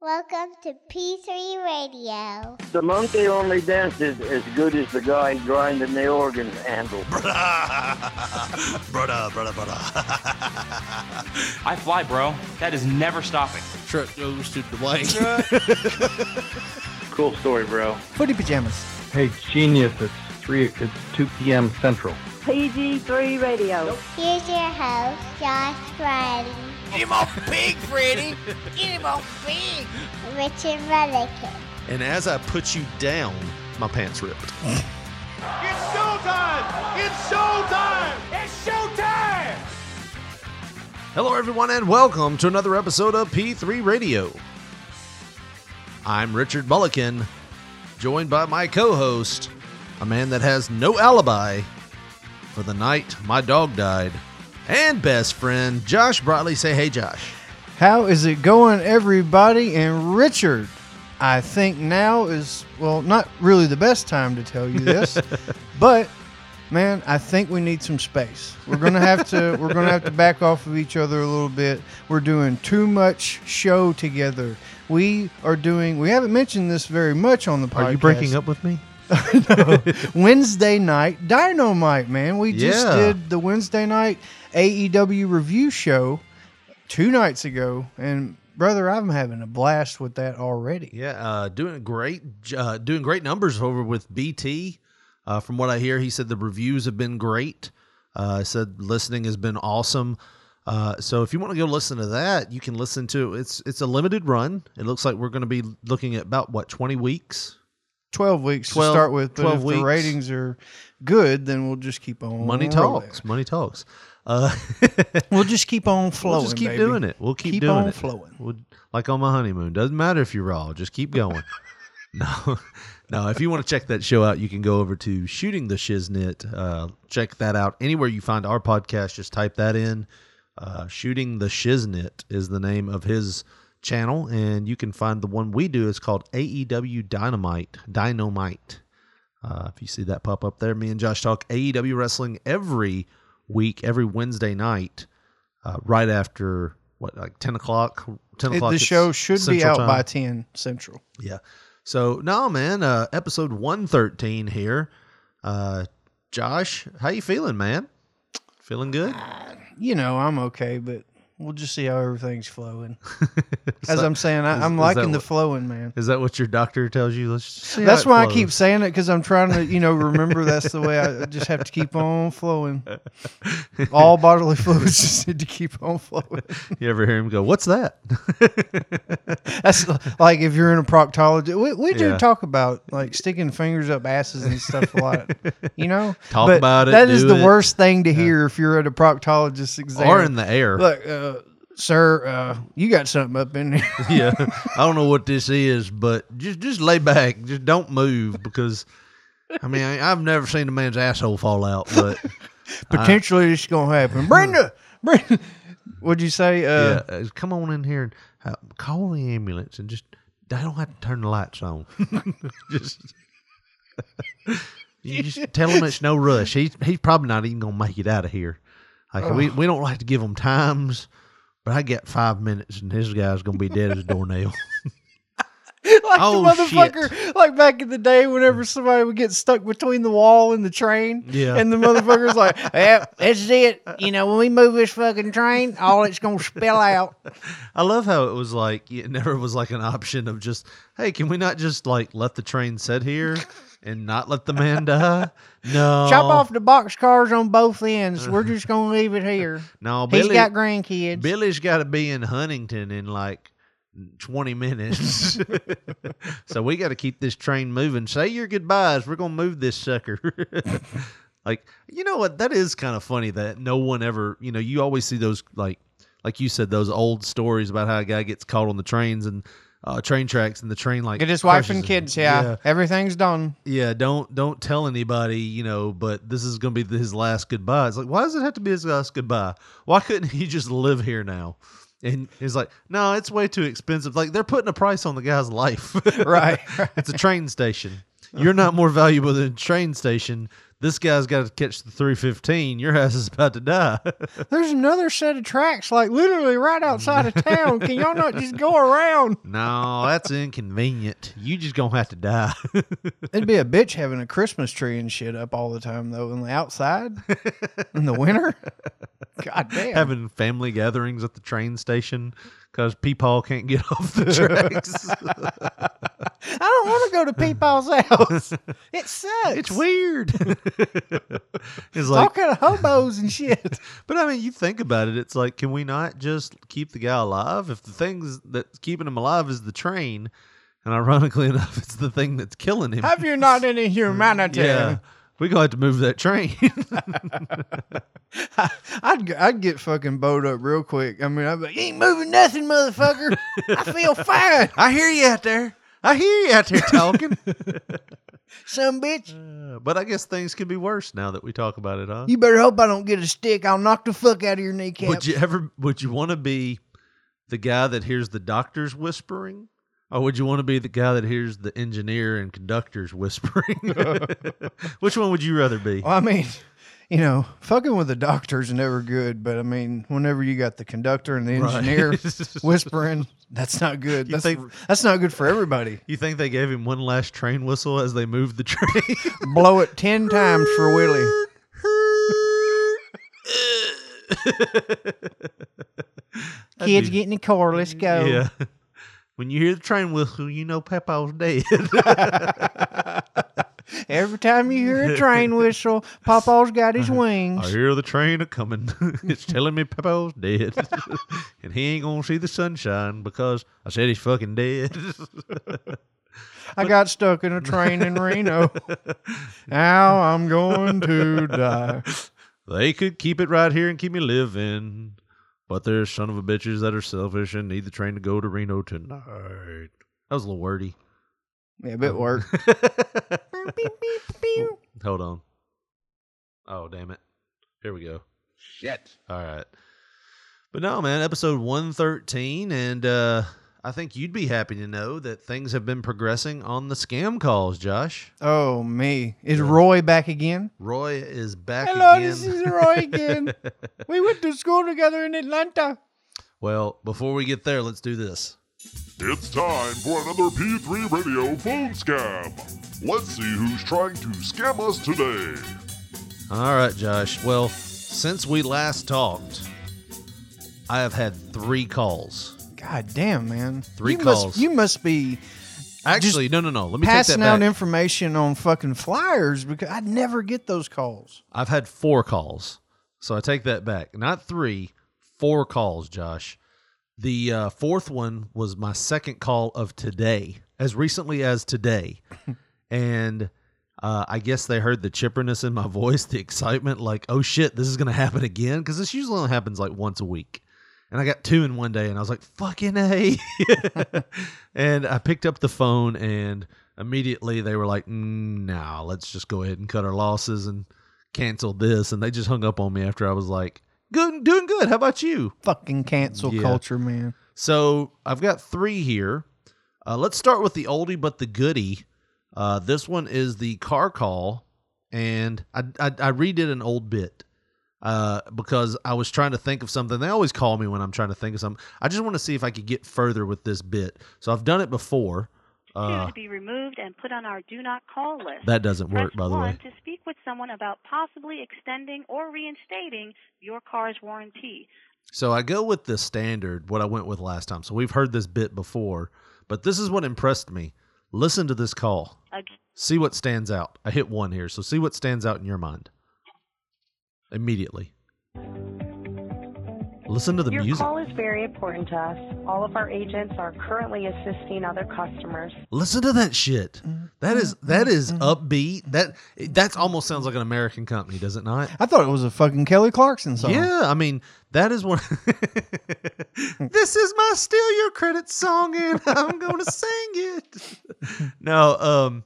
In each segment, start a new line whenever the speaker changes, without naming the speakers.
Welcome to P3 Radio.
The monkey only dances as good as the guy grinding the organ handle.
brother, brother, brother.
I fly, bro. That is never stopping.
Truck goes to the blank.
Cool story, bro.
Footy pajamas.
Hey, genius! It's three. It's two p.m. Central.
PG3 Radio.
Here's your host, Josh Friday,
Get him off pig, Freddy. Get him off pig.
Richard Mullican.
and as I put you down, my pants ripped. Hello, everyone, and welcome to another episode of P3 Radio. I'm Richard Mulliken, joined by my co host, a man that has no alibi for the night my dog died, and best friend, Josh Brightly. Say, hey, Josh.
How is it going, everybody? And Richard, I think now is, well, not really the best time to tell you this, but. Man, I think we need some space. We're gonna have to we're gonna have to back off of each other a little bit. We're doing too much show together. We are doing we haven't mentioned this very much on the podcast.
Are you breaking up with me?
Wednesday night Dynamite, man. We just
Yeah.
did the Wednesday night AEW review show two nights ago, and brother, I'm having a blast with that already.
Yeah, uh, doing great, uh, doing great numbers over with BT. Uh, from what I hear, he said the reviews have been great. Uh, said listening has been awesome. Uh, so if you want to go listen to that, you can listen to it's it's a limited run. It looks like we're going to be looking at about what twenty weeks.
Twelve weeks to
12
start with. But
12
if
weeks.
the ratings are good, then we'll just keep on
Money
rolling.
talks, money talks. Uh,
We'll just keep on flowing.
we'll just keep
baby.
doing it. We'll keep,
Keep
doing
on
it.
flowing.
We'll, like on my honeymoon. Doesn't matter if you're raw. Just keep going. no, no. If you want to check that show out, you can go over to Shooting the Shiznit. Uh, check that out anywhere you find our podcast. Just type that in. Uh, Shooting the Shiznit is the name of his channel, and you can find the one we do. It's called AEW Dynamite. Dynamite. Uh, if you see that pop up there, me and Josh talk AEW wrestling every week, every Wednesday night, uh, right after what, like ten o'clock. Ten
It,
o'clock.
the
it's
show should be
Central
out
Time.
by ten central.
Yeah. So no, man. Uh, episode one thirteen here. Uh, Josh, how you feeling, man? Feeling good?
You know, I'm okay, but we'll just see how everything's flowing. As I'm saying, I,
is-
I'm
is
liking
that
the
what-
flowing, man.
Is that what your doctor tells you? Let's. just see how
That's
it
why I
flows.
keep saying it because I'm trying to, you know, remember that's the way I just have to keep on flowing. All bodily fluids just need to keep on flowing.
You ever hear him go, "What's that?"
That's like if you're in a proctologist, we, we do
Yeah.
talk about like sticking fingers up asses and stuff a lot, you know?
Talk about it,
That is
do
the
it.
worst thing to hear if you're at a proctologist exam.
or in the air.
Look, uh, sir, uh, you got something up in there.
yeah. I don't know what this is, but just just lay back. Just don't move because I mean I, I've never seen a man's asshole fall out, but
Potentially, this is going to happen. Brenda, Brenda, what'd you say?
yeah,
Uh,
uh, come on in here and uh, call the ambulance and just they don't have to turn the lights on. just you just tell him it's no rush. He's he's probably not even gonna make it out of here. Like we we don't like to give him times. But I got five minutes, and this guy's gonna be dead as a doornail.
like
Oh,
the motherfucker, like back in the day, whenever somebody would get stuck between the wall and the train,
Yeah.
and the motherfucker's like, "Yeah, this is it. You know, when we move this fucking train, all it's gonna spill out."
I love how it was like it never was like an option of just, hey, can we not just like let the train sit here and not let the man die? No,
Chop off the box cars on both ends. We're just gonna leave it here.
No,
He's
Billy.
got grandkids.
Billy's got to be in Huntington in like twenty minutes, so we got to keep this train moving. Say your goodbyes. We're gonna move this sucker. like you know what? That is kind of funny that no one ever. You know, you always see those like like you said those old stories about how a guy gets caught on the trains and. Uh, train tracks and the train like
Get his wife and
crushes him.
kids. Yeah, everything's done.
Yeah, don't don't tell anybody, you know, but this is going to be his last goodbye. It's like, why does it have to be his last goodbye? Why couldn't he just live here now? And he's like, no, it's way too expensive. Like they're putting a price on the guy's life.
Right, right.
it's a train station. You're not more valuable than a train station. This guy's got to catch the 315. Your ass is about to die.
There's another set of tracks, like literally right outside of town. Can y'all not just go around?
no, that's inconvenient. You just going to have to die.
It'd be a bitch having a Christmas tree and shit up all the time, though, in the outside in the winter. God damn.
Having family gatherings at the train station because Peepaw can't get off the tracks.
I don't want to go to Peepaw's house. It sucks.
it's weird. it's like,
All kind of hobos and shit.
But I mean, you think about it, it's like, can we not just keep the guy alive? If the things that's keeping him alive is the train, and ironically enough, it's the thing that's killing him.
Have you not any humanity?
yeah. We're going to have to move that train.
I'd g- I'd get fucking bowed up real quick. I mean, I'd be like, you ain't moving nothing, motherfucker. I feel fine,
I hear you out there. I hear you out there talking.
some bitch.
Uh, but I guess things could be worse now that we talk about it, huh?
You better hope I don't get a stick. I'll knock the fuck out of your kneecap.
Would you ever? Would you want to be the guy that hears the doctors whispering, or would you want to be the guy that hears the engineer and conductors whispering? Which one would you rather be?
Well, I mean, you know, fucking with the doctor's never good, but I mean, whenever you got the conductor and the
Right.
engineer whispering, that's not good.
You
That's
think-
that's not good for everybody.
You think they gave him one last train whistle as they moved the train?
Blow it ten times for Willie. Kids get in the car. Let's go.
Yeah. When you hear the train whistle, you know Peppo's dead.
Every time you hear a train whistle, Papa's got his
Uh-huh. I
wings.
hear the train a coming. it's telling me Peppo's dead, and he ain't gonna see the sunshine because I said he's fucking dead.
I got stuck in a train in Reno. Now I'm going to die.
They could keep it right here and keep me living, but they're son of a bitches that are selfish and need the train to go to Reno tonight. That was a little wordy.
Yeah, bit
Um,
work.
Hold on. Oh, damn it. Here we go.
Shit.
All right. But no, man, episode 113. And uh, I think you'd be happy to know that things have been progressing on the scam calls, Josh.
Oh me, is Roy back again?
Roy is back
Hello,
again.
this is Roy again. we went to school together in Atlanta.
well, before we get there, let's do this.
It's time for another P3 Radio phone scam. Let's see who's trying to scam us today.
All right, Josh. Well, since we last talked, I have had three calls.
God damn, man.
Three
you
calls.
Must, you must be
Actually, no, no, no. Let me take that
passing
back.
out information on fucking flyers because I never get those calls.
I've had four calls, so I take that back. Not three, four calls, Josh. The uh, fourth one was my second call of today, as recently as today, and uh, I guess they heard the chipperness in my voice, the excitement, like, "Oh shit, this is gonna happen again," because this usually only happens like once a week. And I got two in one day, and I was like, "Fucking a!" and I picked up the phone, and immediately they were like, mm, "Nah, let's just go ahead and cut our losses and cancel this and they just hung up on me after I was like, good, doing good. How about you?
Fucking cancel
Yeah.
culture, man.
So I've got three here. Uh, let's start with the oldie but the goodie. Uh, this one is the car call, and I, I, I redid an old bit uh, because I was trying to think of something. They always call me when I'm trying to think of something. I just want to see if I could get further with this bit. So I've done it before.
Two
Uh,
to be removed and put on our do not call list.
that doesn't
Press
work, by the
one
way.
to speak with someone about possibly extending or reinstating your car's warranty.
So I go with the standard, what I went with last time. So we've heard this bit before, but this is what impressed me. Listen to this call.
Again,
See what stands out. I hit one here, so see what stands out in your mind. Immediately. Listen to the
Your
music.
call is very important to us. All of our agents are currently assisting other customers.
Listen to that shit. That is that is
Mm-hmm.
upbeat. That that almost sounds like an American company, does it not?
I thought it was a fucking Kelly Clarkson song.
Yeah, I mean that is one. this is my steal your credit song, and I'm gonna sing it. no, um,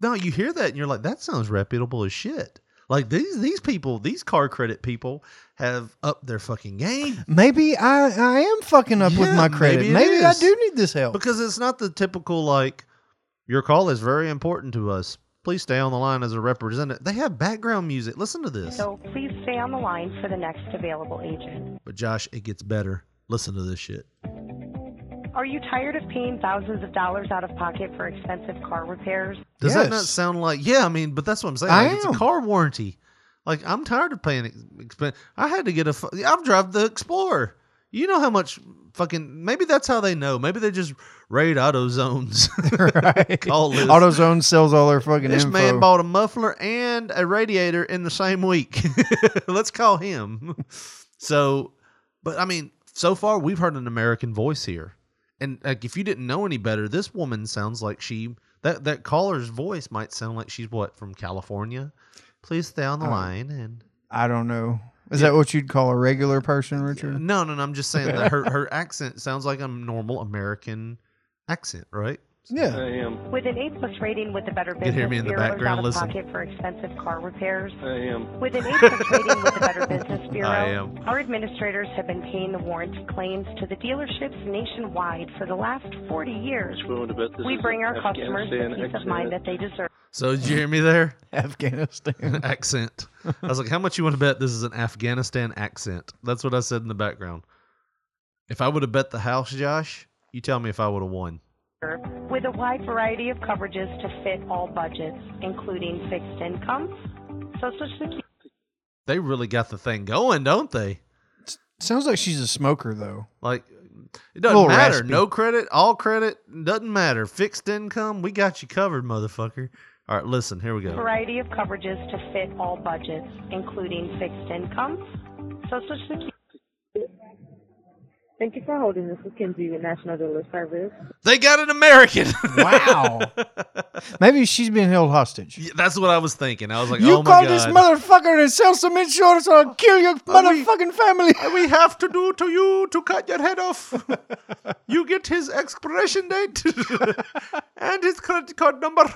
no, you hear that and you're like, that sounds reputable as shit. Like these these people, these car credit people have upped their fucking game
Maybe I, I am fucking up with
Yeah,
my
maybe
credit.
it
Maybe, I
is.
do need this help.
because it's not the typical like your call is very important to us. Please stay on the line as a representative. They have background music. Listen to this.
So please stay on the line for the next available agent.
But Josh, it gets better. Listen to this shit.
Are you tired of paying thousands of dollars out of pocket for expensive car repairs?
Does
Yes.
that not sound like? Yeah, I mean, but that's what I'm saying.
I
Like, It's a
am.
car warranty. Like I'm tired of paying ex- expen I had to get a. fu- I've drive the Explorer. You know how much fucking. Maybe that's how they know. Maybe they just raid AutoZone's
right?
call list.
AutoZone sells all their fucking
this
info.
man bought a muffler and a radiator in the same week. Let's call him. So, but I mean, so far we've heard an American voice here, and like if you didn't know any better, this woman sounds like she that that caller's voice might sound like she's what from California. Please stay on the
Oh.
line and.
I don't know. Is
Yeah.
that what you'd call a regular person, Richard?
No, no, no. I'm just saying that her, her accent sounds like a normal American accent, right?
Yeah.
I am.
With an A plus rating with the Better
You can
Business
hear me in the
Bureau's
background,
out of
listen.
pocket for expensive car repairs.
I am.
With an A plus rating with the Better Business Bureau,
I am.
our administrators have been paying the warranty claims to the dealerships nationwide for the last 40 years. We bring our customers the peace of mind that they deserve.
So did you hear me there?
Afghanistan.
accent. I was like, how much you want to bet this is an Afghanistan accent? That's what I said in the background. If I would have bet the house, Josh, you tell me if I would have won.
With a wide variety of coverages to fit all budgets, including fixed income, social security,
They really got the thing going, don't they?
Sounds like she's a smoker though.
Like it doesn't
Little
matter.
raspy.
No credit, all credit, doesn't matter. Fixed income, we got you covered, motherfucker. All right, listen, here we go.
variety of coverages to fit all budgets, including fixed income, social security.
Thank you for holding. This is Kenzie with National Dealer Service.
They got an American.
Wow. Maybe she's been held hostage.
Yeah, That's what I was thinking. I was like,
you
oh my
call
god.
this motherfucker to sell some insurance or I'll kill your motherfucking family.
we have to do to you to cut your head off. you get his expiration date and his credit card number.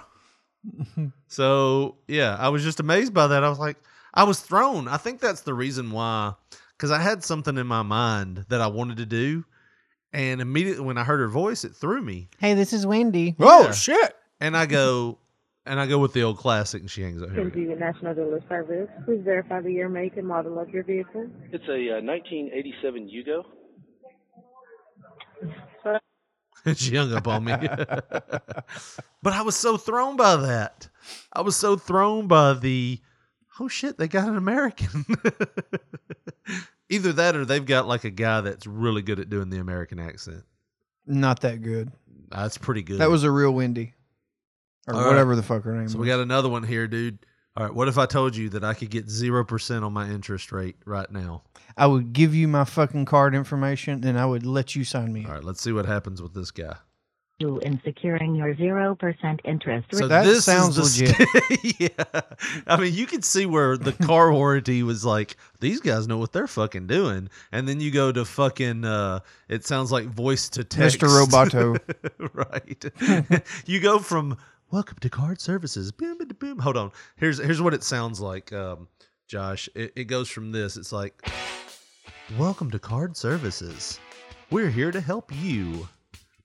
so yeah, I was just amazed by that. I was like, I was thrown. I think that's the reason why, because I had something in my mind that I wanted to do, and immediately when I heard her voice, it threw me,
Hey, this is Wendy. Oh
Yeah.
shit.
and I go, and I go with the old classic, and she hangs up. Here we go.
Kenzie with National Dealer Service. Please verify the year, make, and model of your vehicle.
It's a uh, 1987 Yugo.
she hung up on me. but I was so thrown by that. I was so thrown by the oh shit, they got an American. Either that or they've got like a guy that's really good at doing the American accent.
Not that good.
That's pretty good.
That was a real Wendy. Or
All right.
whatever the fuck her name
so
was.
we got another one here, dude. All right, what if I told you that I could get zero percent on my interest rate right now?
I would give you my fucking card information and I would let you sign me.
All
up.
right, let's see what happens with this guy.
In securing your 0% interest
So
That
this is
sounds
the
legit.
st- yeah, I mean, you could see where the car warranty was like, these guys know what they're fucking doing, and then you go to fucking. Uh, it sounds like voice to text,
Mr. Roboto.
right? you go from welcome to card services. Boom, boom, boom. Hold on. Here's here's what it sounds like, um, Josh. It, it goes from this. It's like, welcome to card services. We're here to help you.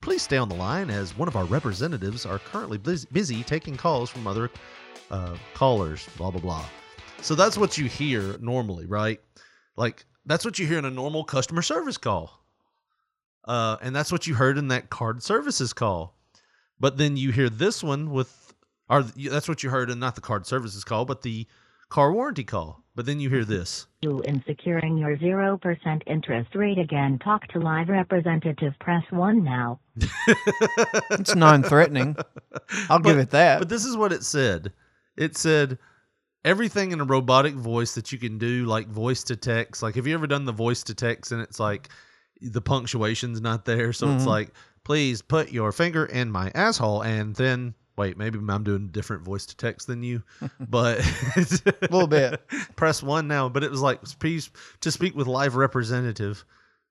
Please stay on the line as one of our representatives are currently bus- busy taking calls from other uh, callers, blah, blah, blah. So that's what you hear normally, right? Like, that's what you hear in a normal customer service call. Uh, and that's what you heard in that card services call. But then you hear this one with, or th- that's what you heard in not the card services call, but the car warranty call. But then you hear this.
in securing your 0% interest rate again. Talk to live representative. Press 1 now.
It's non threatening. I'll give it that.
But this is what it said. It said everything in a robotic voice that you can do, like voice to text. Like, have you ever done the voice to text and it's like the punctuation's not there? So it's
Mhm.
like, please put your finger in my asshole and then. Wait, maybe I'm doing different voice to text than you, but a
Little bit.
Press one now, but it was like please to speak with live representative,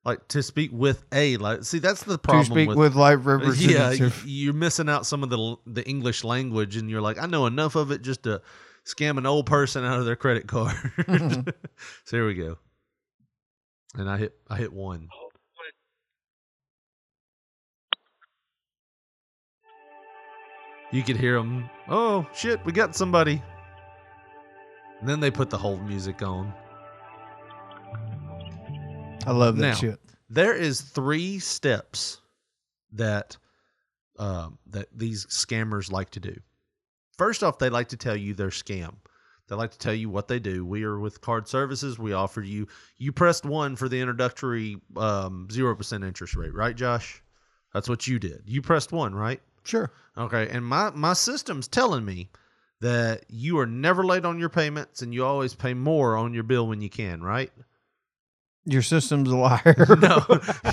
like to speak with a like. See, that's the problem
to speak with,
with
live
yeah, y-
representative.
you're missing out some of the l- the English language, and you're like, I know enough of it just to scam an old person out of their credit card. so here we go. And I hit I hit one. You could hear them. Oh shit, we got somebody. And then they put the whole music on.
I love that
Now,
shit.
There is three steps that um, that these scammers like to do. First off, they like to tell you their scam. They like to tell you what they do. We are with Card Services. We offer you. You pressed one for the introductory um, zero percent interest rate, right, Josh? That's what you did. You pressed one, right?
Sure.
Okay. And my my system's telling me that you are never late on your payments and you always pay more on your bill when you can, right?
Your system's a liar.
no.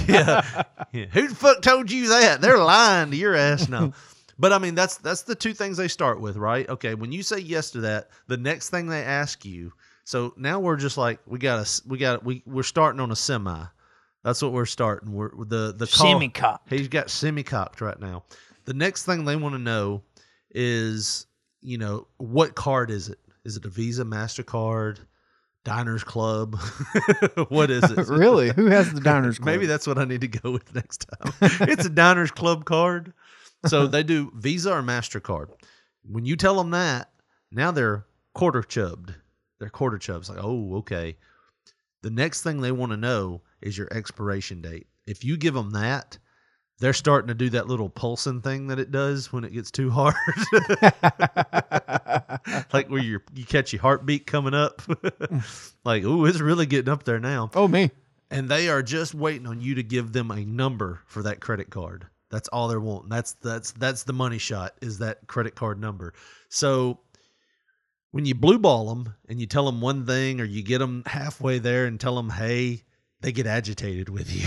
yeah. yeah. Who the fuck told you that? They're lying to your ass now. But I mean, that's that's the two things they start with, right? Okay, when you say yes to that, the next thing they ask you. So now we're just like we got to we got we we're starting on a semi. That's what we're starting. We're the the call,
Semi-cocked.
He's got semi cocked right now. The next thing they want to know is you know what card is it? Is it a Visa, Mastercard, Diners Club? what is it?
Really? Who has the Diners Club?
Maybe that's what I need to go with next time. it's a Diners Club card. So they do Visa or MasterCard. When you tell them that, now they're quarter chubbed. They're quarter chubbed. Like, oh, okay. The next thing they want to know is your expiration date. If you give them that, they're starting to do that little pulsing thing that it does when it gets too hard. like where you you catch your heartbeat coming up. like, ooh, it's really getting up there now.
Oh me.
And they are just waiting on you to give them a number for that credit card. That's all they're wanting. That's that's that's the money shot is that credit card number. So when you blue ball them and you tell them one thing or you get them halfway there and tell them hey they get agitated with you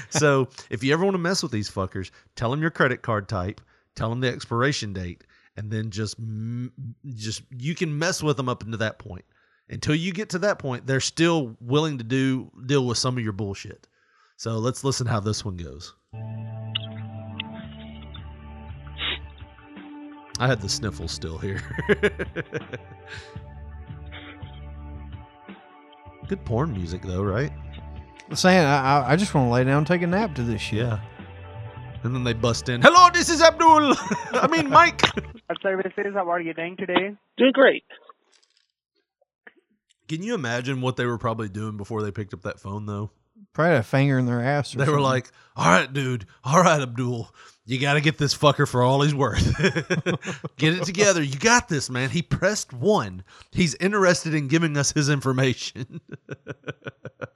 so if you ever want to mess with these fuckers tell them your credit card type tell them the expiration date and then just m- just you can mess with them up into that point until you get to that point they're still willing to do deal with some of your bullshit so let's listen how this one goes i had the sniffles still here good porn music though right
Saying I, I- I just want to lay down, and take a nap to this shit.
Yeah. And then they bust in. Hello, this is Abdul. I mean, Mike.
What services? How are you doing today?
Doing great.
Can you imagine what they were probably doing before they picked up that phone, though?
Probably had a finger in their ass. Or
They were
something.
like, all right, dude. All right, Abdul. You got to get this fucker for all he's worth. get it together. You got this, man. He pressed one. He's interested in giving us his information.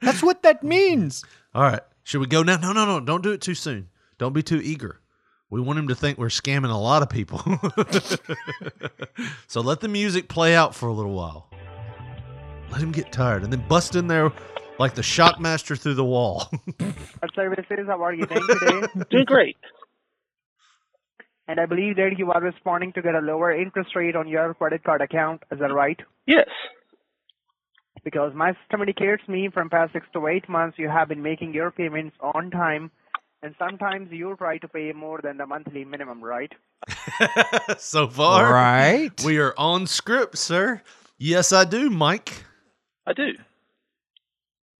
"That's what that means."
all right. Should we go now? No, no, no. Don't do it too soon. Don't be too eager. We want him to think we're scamming a lot of people. so let the music play out for a little while. Let him get tired and then bust in there like the Shockmaster through the wall.
What services? How are you doing today?
Doing great.
And I believe that you are responding to get a lower interest rate on your credit card account. Is that right?
Yes.
Because my system indicates me from past six to eight months you have been making your payments on time, and sometimes you try to pay more than the monthly minimum, right?
so far.
Right.
We are on script, sir. Yes, I do, Mike.
I do.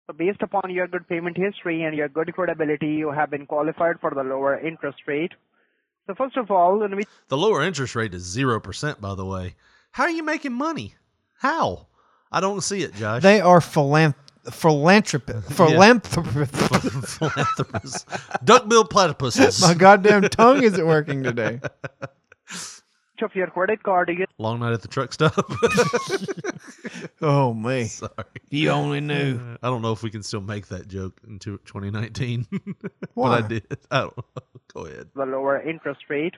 So based upon your good payment history and your good credibility, you have been qualified for the lower interest rate. So first of all, in which
The lower interest rate is 0%, by the way. How are you making money? How? I don't see it, Josh.
They are philanth- philanthropists. Philanthropists.
Philanthropists. Duckbill platypuses.
My goddamn tongue isn't working today.
of your credit card, you
Long night at the truck stop.
Oh me.
Sorry.
You only knew.
I don't know if we can still make that joke in two- 2019.
Why?
But I did. I don't know. Go ahead.
the lower interest rate.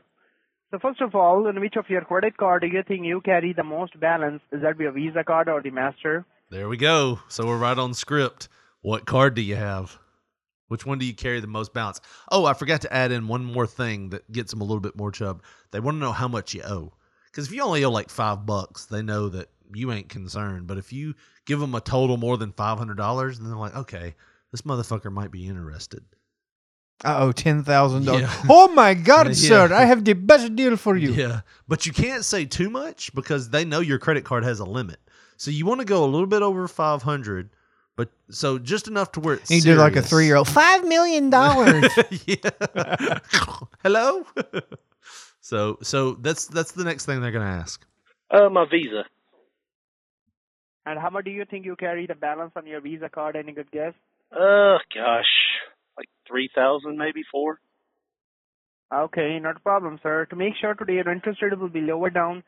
So first of all, in which of your credit card do you think you carry the most balance? Is that your Visa card or the Master?
There we go. So we're right on script. What card do you have? Which one do you carry the most balance? Oh, I forgot to add in one more thing that gets them a little bit more chub. They want to know how much you owe. Because if you only owe like five bucks, they know that you ain't concerned. But if you give them a total more than $500, then they're like, okay, this motherfucker might be interested.
I owe ten thousand dollars.
Yeah.
Oh my god,
Yeah.
sir! I have the best deal for you.
Yeah, but you can't say too much because they know your credit card has a limit. So you want to go a little bit over five hundred, but so just enough to where it's
He did like a
serious.
three year old. Five million dollars.
yeah. Hello. So so that's that's the next thing they're going to ask.
Uh, my Visa.
And how much do you think you carry the balance on your Visa card? Any good guess?
Uh, gosh, like three thousand, maybe four.
Okay, not a problem, sir. To make sure today your interest rate will be lower down,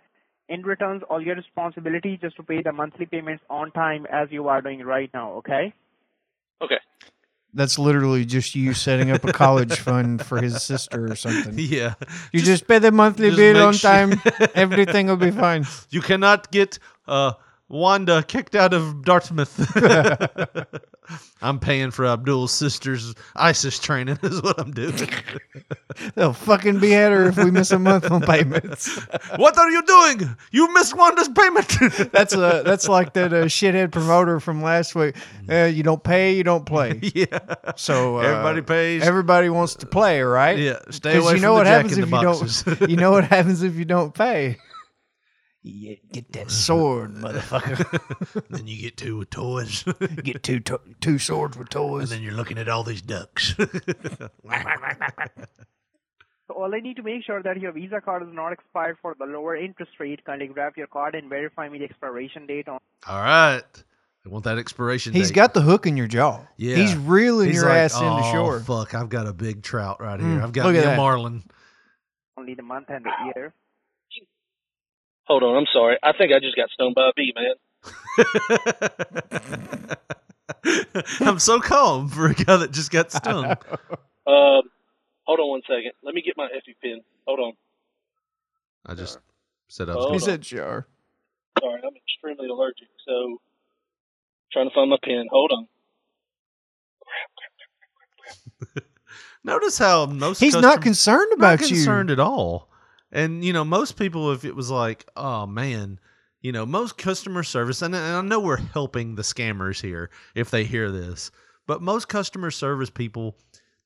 in returns all your responsibility just to pay the monthly payments on time as you are doing right now, okay?
Okay.
That's literally just you setting up a college fund for his sister or something.
Yeah.
You just, pay the monthly
Just
bill
make
on
sure-
time. Everything will be fine.
You cannot get uh, Wanda kicked out of Dartmouth. I'm paying for Abdul's sister's ISIS training, is what I'm doing.
They'll fucking behead her if we miss a month on payments.
what are you doing? You missed Wanda's payment.
That's a that's like that uh, shithead promoter from last week. Uh, you don't pay, you don't play.
Mm. yeah.
So uh,
Everybody pays.
Everybody wants to play, right?
Yeah, stay
'Cause
away
you know
from
what
the
happens if
Jack-in-the-Boxes.
you don't. You know what happens if you don't pay. You get that sword, motherfucker.
then you get two with toys.
get two to- two swords with toys.
And then you're looking at all these ducks.
So all I need to make sure that your Visa card is not expired for the lower interest rate. Kindly grab your card and verify me the expiration date on
all right. I want that expiration
He's
date.
got the hook in your jaw.
Yeah.
He's reeling
He's
your
like,
ass into
"Oh,
shore.
Fuck, I've got a big trout right here.
Mm,
I've got
look
me
at
a
that.
marlin.
only the month and the year.
Hold on, I'm sorry. I think I just got stoned by a bee, man.
I'm so calm for a guy that just got stung.
Um, hold on one second. Let me get my Effie pin. Hold on.
I just said I was.
Oh.
Hold
gonna-
on. Sorry, I'm extremely allergic, so trying to find my pin. Hold on.
Notice how most
He's not concerned about
not
you.
concerned at all. And you know, most people, if it was like, oh man, you know, most customer service, and, and I know we're helping the scammers here if they hear this, but most customer service people,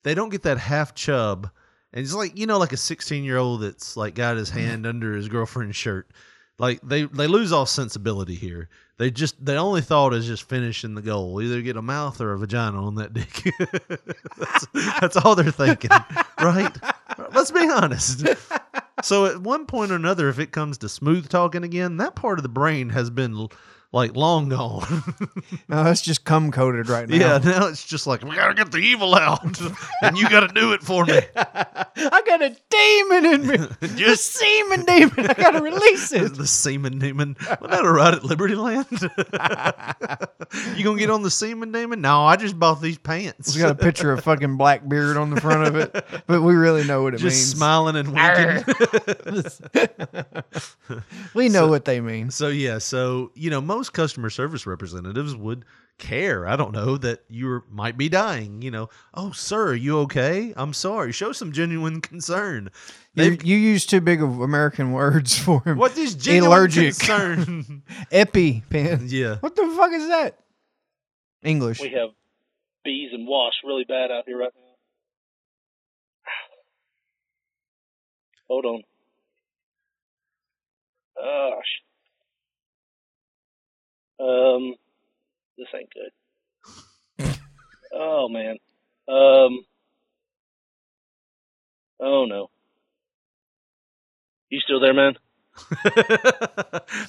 they don't get that half chub, and it's like you know, like a sixteen year old that's like got
Mm-hmm.
his hand under his girlfriend's shirt. Like they they lose all sensibility here. They just they only thought is just finishing the goal. Either get a mouth or a vagina on that dick. that's, that's all they're thinking, right? Let's be honest. So at one point or another, if it comes to smooth talking again, that part of the brain has been l- like long gone.
No, that's just cum coated right now.
yeah, now it's just like we gotta get the evil out, and you gotta do it for me.
I got a demon in me. the semen demon. I gotta release it.
the semen demon. Wasn't that a ride at Liberty Land? you gonna get on the semen demon? No, I just bought these pants.
It's got a picture of fucking Blackbeard on the front of it, but we really know what it
just
means.
smiling and winking.
We know what they mean.
So yeah, so you know, most customer service representatives would care. I don't know that you were- might be dying. You know, oh sir, are you okay? I'm sorry. Show some genuine concern.
You, you use too big of American words for him.
What is genuine
Allergic.
concern?
Epi pen.
Yeah.
What the fuck is that? English.
We have bees and wash really bad out here right now. Hold on. Ah, Gosh. Um, this ain't good. oh man. Um. Oh no. You still there, man?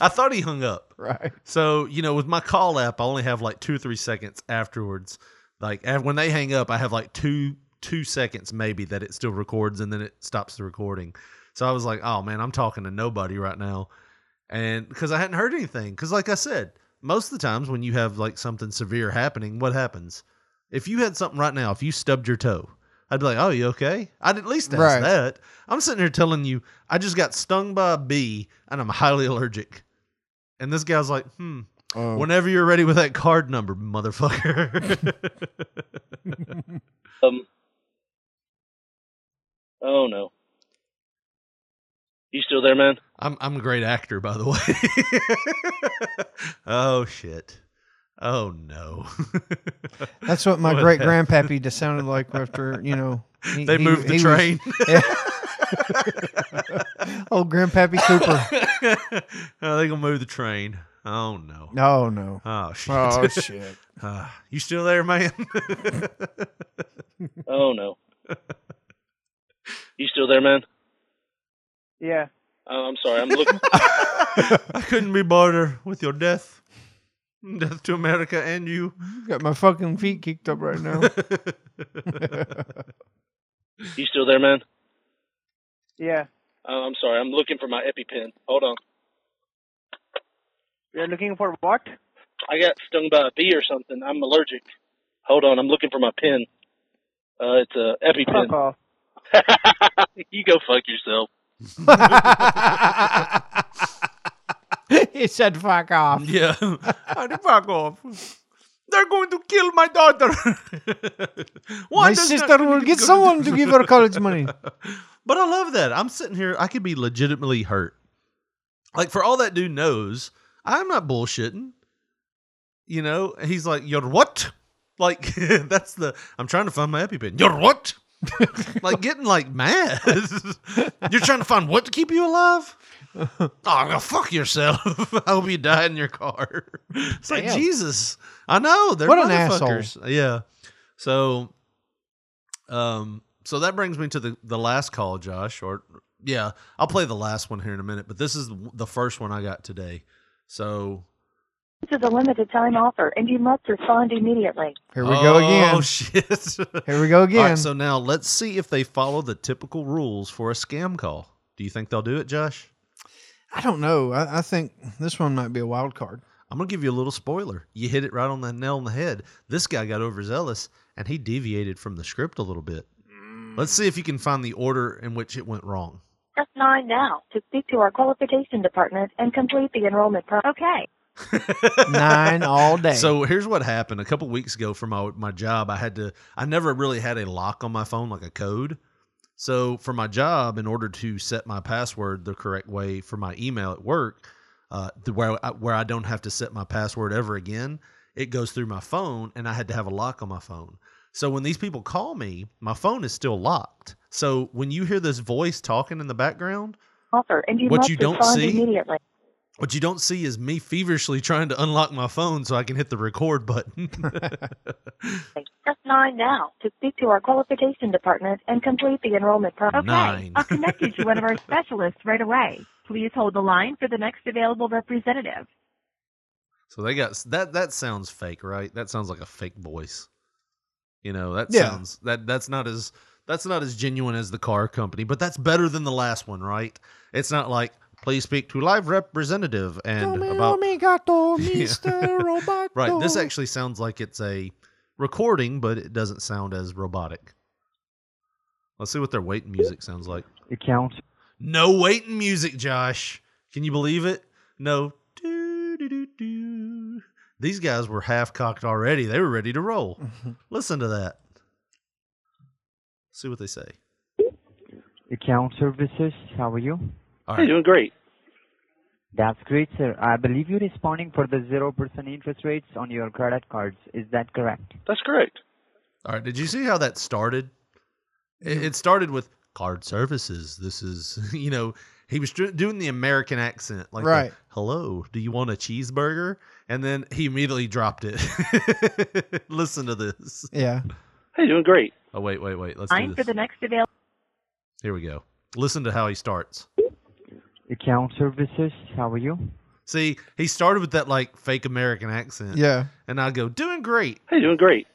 I thought he hung up.
Right.
So, you know, with my call app, I only have like two or three seconds afterwards. Like af- when they hang up, I have like two two seconds maybe that it still records and then it stops the recording. So I was like, oh man, I'm talking to nobody right now. And because I hadn't heard anything. Because, like I said, most of the times when you have like something severe happening, what happens? If you had something right now, if you stubbed your toe, I'd be like, oh, you okay? I'd at least ask
Right.
that. I'm sitting here telling you, I just got stung by a bee and I'm highly allergic. And this guy's like, hmm,
Oh.
whenever you're ready with that card number, motherfucker.
Um. Oh no. You still there, man?
I'm, I'm a great actor, by the way. oh, shit. Oh, no.
That's what my
What
great
happened?
grandpappy just sounded like after, you know. he-
They
he-
moved the
he was-
train.
Yeah. Old grandpappy Cooper.
oh, they gonna move the train. Oh no.
Oh, no.
Oh shit.
Oh, shit.
Ah, you still there, man?
Oh no. You still there, man?
Yeah.
Uh, I'm sorry. I'm looking.
I couldn't be bothered with your death. Death to America and you.
Got my fucking feet kicked up right now.
you still there, man?
Yeah.
Uh, I'm sorry. I'm looking for my EpiPen. Hold on.
You're looking for what?
I got stung by a bee or something. I'm allergic. Hold on. I'm looking for my pen. Uh, it's a EpiPen.
Fuck off.
you go fuck yourself.
he said, "Fuck off."
Yeah. Ah,
fuck off.
They're going to kill my daughter. Why
my
does
sister
that-
will get someone to give her college money.
But I love that. I'm sitting here, I could be legitimately hurt. Like, for all that dude knows, I'm not bullshitting. You know, he's like, You're what? Like, that's the, I'm trying to find my EpiPen. You're what? like, getting like mad. You're trying to find what to keep you alive? oh, well, fuck yourself. I hope you die in your car. It's like,
Damn.
Jesus. I know. They're
What an
motherfuckers. Yeah. So, um, so that brings me to the the last call, Josh. Or yeah, I'll play the last one here in a minute, but this is the first one I got today. So
This is a limited time offer, and you must respond immediately.
Here we go again.
Oh shit!
Here we go
All
again.
right, so now let's see if they follow the typical rules for a scam call. Do you think they'll do it, Josh?
I don't know. I, I think this one might be a wild card.
I'm gonna give you a little spoiler. You hit it right on the nail on the head. This guy got overzealous and he deviated from the script a little bit. Let's see if you can find the order in which it went wrong.
Press 9 now to speak to our qualification department and complete the enrollment process. Okay.
Nine all day.
So here's what happened. A couple weeks ago for my my job, I had to I never really had a lock on my phone like a code. So for my job, in order to set my password the correct way for my email at work, uh, the- where I, where I don't have to set my password ever again, it goes through my phone, and I had to have a lock on my phone. So when these people call me, my phone is still locked. So when you hear this voice talking in the background,
Offer, and you
What
must
you don't
respond
see?
immediately.
what you don't see is me feverishly trying to unlock my phone so I can hit the record button.
Press 9 now to speak to our qualification department and complete the enrollment process.
Nine.
I'll connect you to one of our specialists right away. Please hold the line for the next available representative.
So they got that. That sounds fake, right? That sounds like a fake voice. You know, that
Yeah.
sounds that that's not as that's not as genuine as the car company, but that's better than the last one, right? It's not like please speak to live representative and about
Omigato,
Yeah.
Roboto.
right. This actually sounds like it's a recording, but it doesn't sound as robotic. Let's see what their waiting music sounds like.
It counts.
No waiting music, Josh. Can you believe it? No. Doo-doo-doo-doo. These guys were half cocked already. They were ready to roll.
Mm-hmm.
Listen to that. See what they say.
Account services, how are you?
All
Hey, doing great.
That's great, sir. I believe you're responding for the 0% interest rates on your credit cards. Is that correct?
That's correct.
All right. Did you see how that started? It, it started with card services. This is, you know, he was dr- doing the American accent, like, the,
Right.
Hello, do you want a cheeseburger? And then he immediately dropped it. Listen to this.
Yeah.
Hey, doing great.
Oh wait, wait, wait. Let's do
Line
this.
for the next available.
Here we go. Listen to how he starts.
Account services, how are you?
See, he started with that like fake American accent.
Yeah.
And I go, doing great.
Hey, doing great.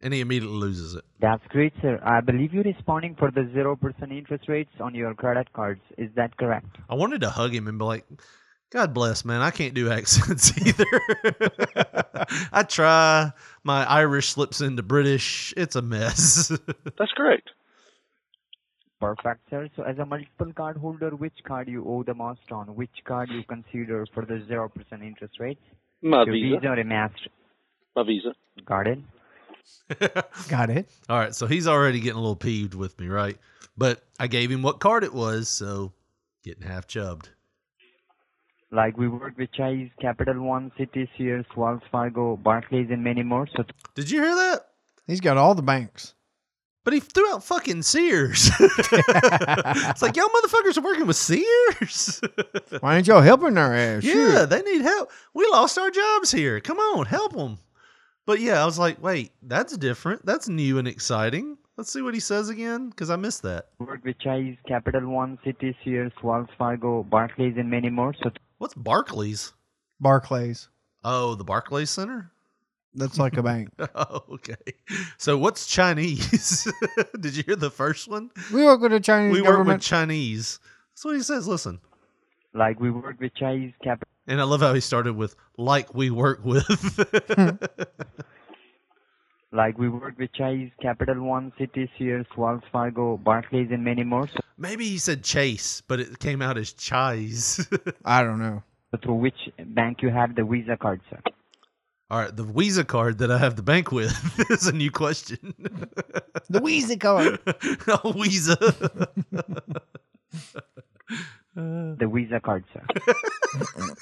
And he immediately loses it.
That's great, sir. I believe you're responding for the 0% interest rates on your credit cards. Is that correct?
I wanted to hug him and be like, God bless, man. I can't do accents either. I try. My Irish slips into British. It's a mess.
That's correct.
Perfect, sir. So as a multiple card holder, which card you owe the most on? Which card you consider for the 0% interest rates?
My
Your
Visa.
Visa or a Master?
My Visa.
Got it.
Got it.
All right. So he's already getting a little peeved with me, right? But I gave him what card it was. So getting half chubbed.
Like we work with Chase, Capital One, City, Sears, Wells Fargo, Barclays, and many more. So
Did you hear that?
He's got all the banks.
But he threw out fucking Sears. it's like, y'all motherfuckers are working with Sears?
Why ain't y'all helping our ass?
Yeah, they need help. We lost our jobs here. Come on, help them. But yeah, I was like, wait, that's different. That's new and exciting. Let's see what he says again, because I missed that.
With Chase, Capital One, City, Sears, Wells Fargo, Barclays, and many more. So
What's Barclays?
Barclays.
Oh, the Barclays Center?
That's like a bank.
Oh, okay. So what's Chinese? Did you hear the first one?
We work with the Chinese
we work with
government.
Chinese. That's what he says. Listen.
Like we work with Chinese capital.
And I love how he started with like we work with.
like we work with Chase, Capital One, City, Sears, Wells Fargo, Barclays, and many more. So
Maybe he said chase, but it came out as chise.
I don't know.
through which bank you have the Visa card, sir?
All right, the Visa card that I have the bank with is a new question.
the Visa card.
oh, Visa.
The Visa card, sir.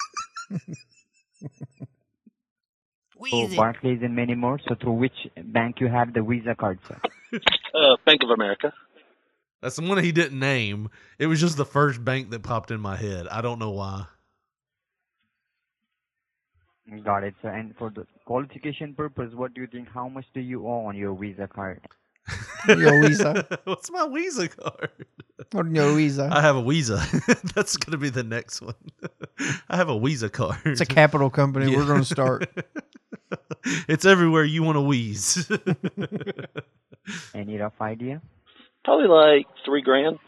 So Barclays and many more. So through which bank you have the Visa card, sir?
Uh, Bank of America.
That's the one he didn't name. It was just the first bank that popped in my head. I don't know why.
Got it, sir. And for the qualification purpose, what do you think? How much do you owe on your Visa card?
Your Visa.
What's my Visa card?
Or your Visa.
I have a Visa. That's going to be the next one. I have a Visa card.
It's a capital company. We're gonna start.
it's everywhere you want to wheeze.
Any rough idea?
Probably like three grand.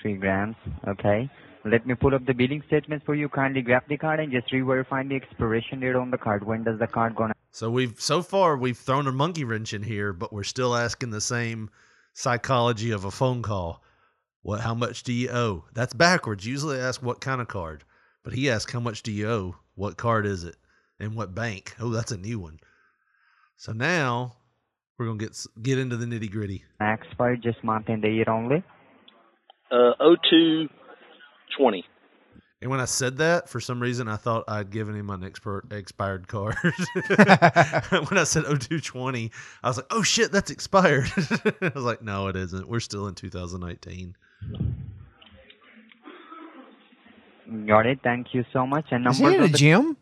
Three grams. Okay. Let me pull up the billing statement for you. Kindly grab the card and just re-verify the expiration date on the card. When does the card gonna?
so we've so far we've thrown a monkey wrench in here, but we're still asking the same psychology of a phone call. What? How much do you owe? That's backwards. Usually I ask what kind of card, but he asked how much do you owe? What card is it? And what bank? Oh, that's a new one. So now we're gonna get s- get into the nitty gritty.
Expire just month and the year only.
Uh, 0220.
And when I said that, for some reason, I thought I'd given him an expert expired card. when I said 0220, I was like, oh shit, that's expired. I was like, no, it isn't. We're still in 2019.
Got it. Thank you so much. And
Is
number
he in a
the
gym?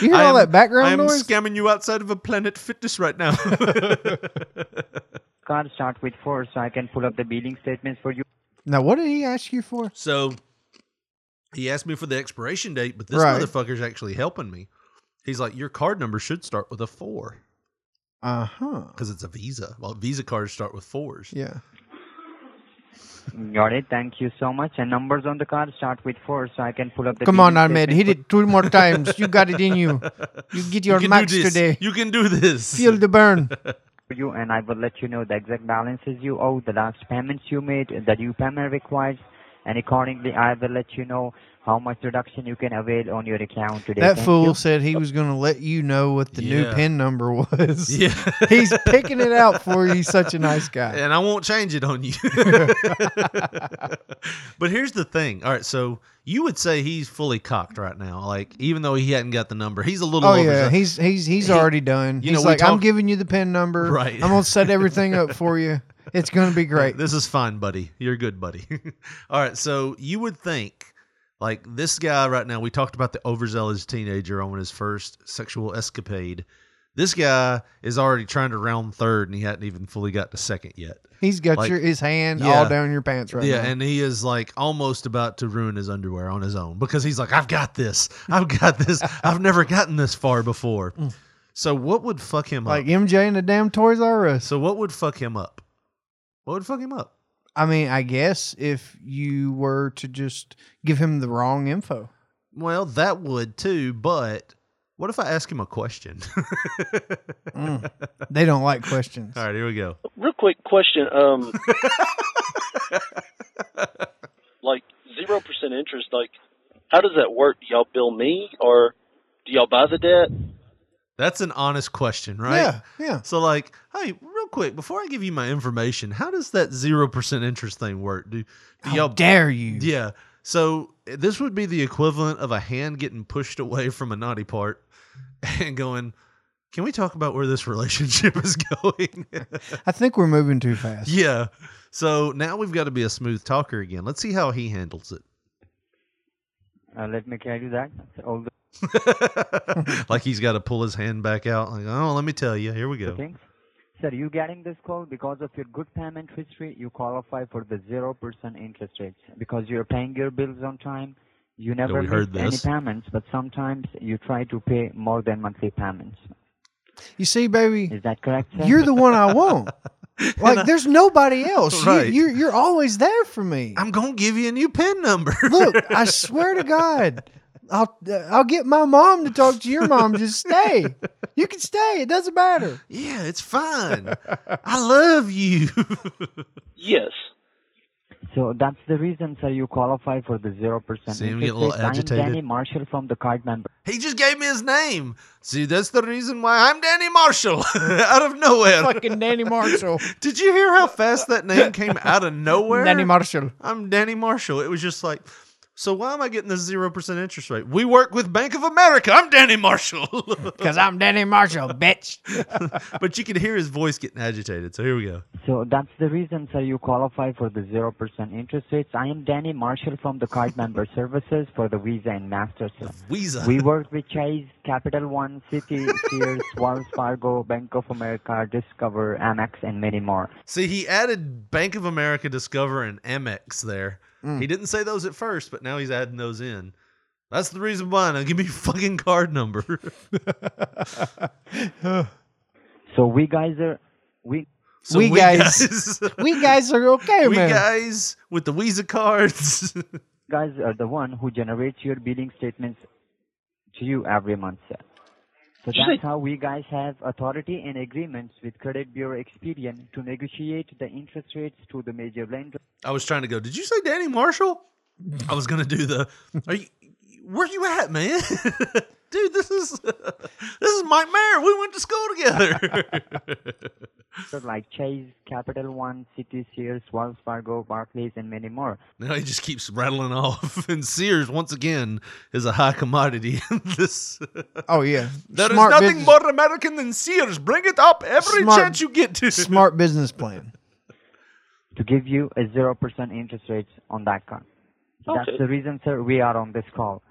You hear all that background
I am
noise?
scamming you outside of a Planet Fitness right now.
card start with four, so I can pull up the billing statements for you.
Now, what did he ask you for?
so he asked me for the expiration date, but this
Right.
motherfucker's actually helping me. He's like, your card number should start with a four
Uh huh.
because it's a Visa. Well, Visa cards start with fours.
Yeah.
Got it. Thank you so much. And numbers on the card start with four, so I can pull up the.
Come on,
billing
Ahmed.
statement
Hit it two more times. You got it in you. You get your
can do
max
this.
today.
You can do this.
Feel the burn.
for you, and I will let you know the exact balances you owe, the last payments you made, the due payment required, and accordingly, I will let you know how much reduction you can avail on your account today.
That
Thank
fool
you.
said he was going to let you know what the new
Yeah.
pin number was.
Yeah.
He's picking it out for you. He's such a nice guy.
and I won't change it on you. but here's the thing. All right, so you would say he's fully cocked right now. Like even though he hadn't got the number, he's a little.
Oh
over
yeah,
the-
he's he's he's
He-
already done.
you
He's
know, we
like, I'm
talked-
giving you the pin number.
Right.
I'm gonna set everything up for you. It's gonna be great.
This is fine, buddy. You're good, buddy. All right, so you would think like this guy right now. We talked about the overzealous teenager on his first sexual escapade. This guy is already trying to round third, and he hadn't even fully got to second yet.
He's got
Like,
your his hand all
yeah.
down your pants right
yeah,
now.
and he is like almost about to ruin his underwear on his own because he's like, I've got this. I've got this. I've never gotten this far before. So what would fuck him
Mm. like
up?
MJ and the damn Toys R Us.
So what would fuck him up? What would fuck him up?
I mean, I guess if you were to just give him the wrong info.
Well, that would too, but what if I ask him a question?
Mm. They don't like questions.
All right, here we go.
Real quick question. Um, like zero percent interest. Like, how does that work? Do y'all bill me, or do y'all buy the debt?
That's an honest question, right?
Yeah, yeah.
So like, hey, real quick, before I give you my information, how does that zero percent interest thing work? Do, do
How
y'all
dare you?
Yeah. So eh, this would be the equivalent of a hand getting pushed away from a naughty part and going, "Can we talk about where this relationship is going?"
I think we're moving too fast.
yeah. So now we've got to be a smooth talker again. Let's see how he handles it.
Uh, let me carry that. That's all the
like he's got to pull his hand back out. Like, oh, let me tell you. Here we go.
things. Sir, you getting this call because of your good payment history, you qualify for the 0% interest rates because you're paying your bills on time. You never
we heard
miss
this.
any payments, but sometimes you try to pay more than monthly payments.
You see, baby,
is that correct? Sir?
You're the one I want. Like, there's nobody else.
Right.
You, you're, you're always there for me.
I'm gonna give you a new pen number.
Look, I swear to God, I'll uh, I'll get my mom to talk to your mom. Just stay. You can stay. It doesn't matter.
Yeah, it's fine. I love you.
Yes.
So that's the reason, sir, you qualify for the 0%
See him
interest
get a little
rates. I am Danny
agitated.
Marshall from the card member.
He just gave me his name. See, that's the reason why I'm Danny Marshall out of nowhere.
Fucking Danny Marshall.
Did you hear how fast that name came out of nowhere?
Danny Marshall.
I'm Danny Marshall. It was just like, so why am I getting this 0% interest rate? We work with Bank of America. I'm Danny Marshall. Because
I'm Danny Marshall, bitch.
but you could hear his voice getting agitated. So here we go.
So that's the reason, sir, you qualify for the 0% interest rates. I am Danny Marshall from the card member services for the Visa and Master, sir.
Visa.
We work with Chase, Capital One, Citi, Sears, Wells Fargo, Bank of America, Discover, Amex, and many more.
See, he added Bank of America, Discover, and Amex there.
Mm.
He didn't say those at first, but now he's adding those in. That's the reason why. Now give me your fucking card number.
So we guys are, we,
So We we guys- guys-
we guys are okay,
we
man.
guys with the Visa cards.
guys are the one who generates your billing statements to you every month, sir. So
Shit.
that's how we guys have authority and agreements with Credit Bureau Experian to negotiate the interest rates to the major lenders.
I was trying to go. Did you say Danny Marshall? I was gonna do the. Are you? Where you at, man? Dude, this is this is Mike Mayer. We went to school together.
So like Chase, Capital One, City, Sears, Wells Fargo, Barclays, and many more.
now he just keeps rattling off. And Sears once again is a high commodity. in this
Oh yeah.
There is
Smart
nothing
business-
more American than Sears. Bring it up every
Smart-
chance you get to.
Smart business plan.
to give you a 0% interest rate on that card. So
Okay.
That's the reason, sir, we are on this call.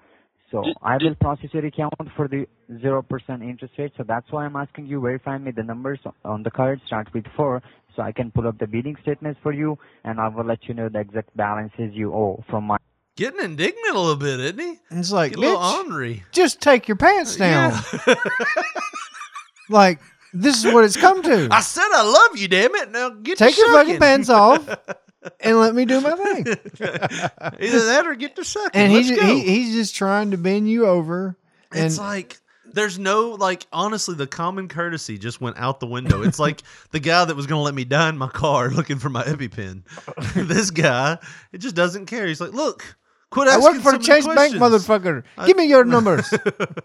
So
Did-
I will process your account for the 0% interest rate. So that's why I'm asking you verify me the numbers on the card start with 4 so I can pull up the billing statements for you and I will let you know the exact balances you owe from my
Getting indignant a little bit, isn't he?
It's like
Get a little
bitch,
ornery.
Just take your pants down. like this is what it's come to.
I said I love you, damn it. Now get
take
to
your fucking
sucking.
pants off and let me do my thing.
Either that or get to sucking.
And
Let's
he's
go.
he, he's just trying to bend you over. And
it's like there's no like honestly the common courtesy just went out the window. It's like the guy that was gonna let me die in my car looking for my EpiPen. this guy, it just doesn't care. He's like, look, quit
I
asking
work for
so
the
many
Chase Bank,
questions.
motherfucker.
I-
Give me your numbers.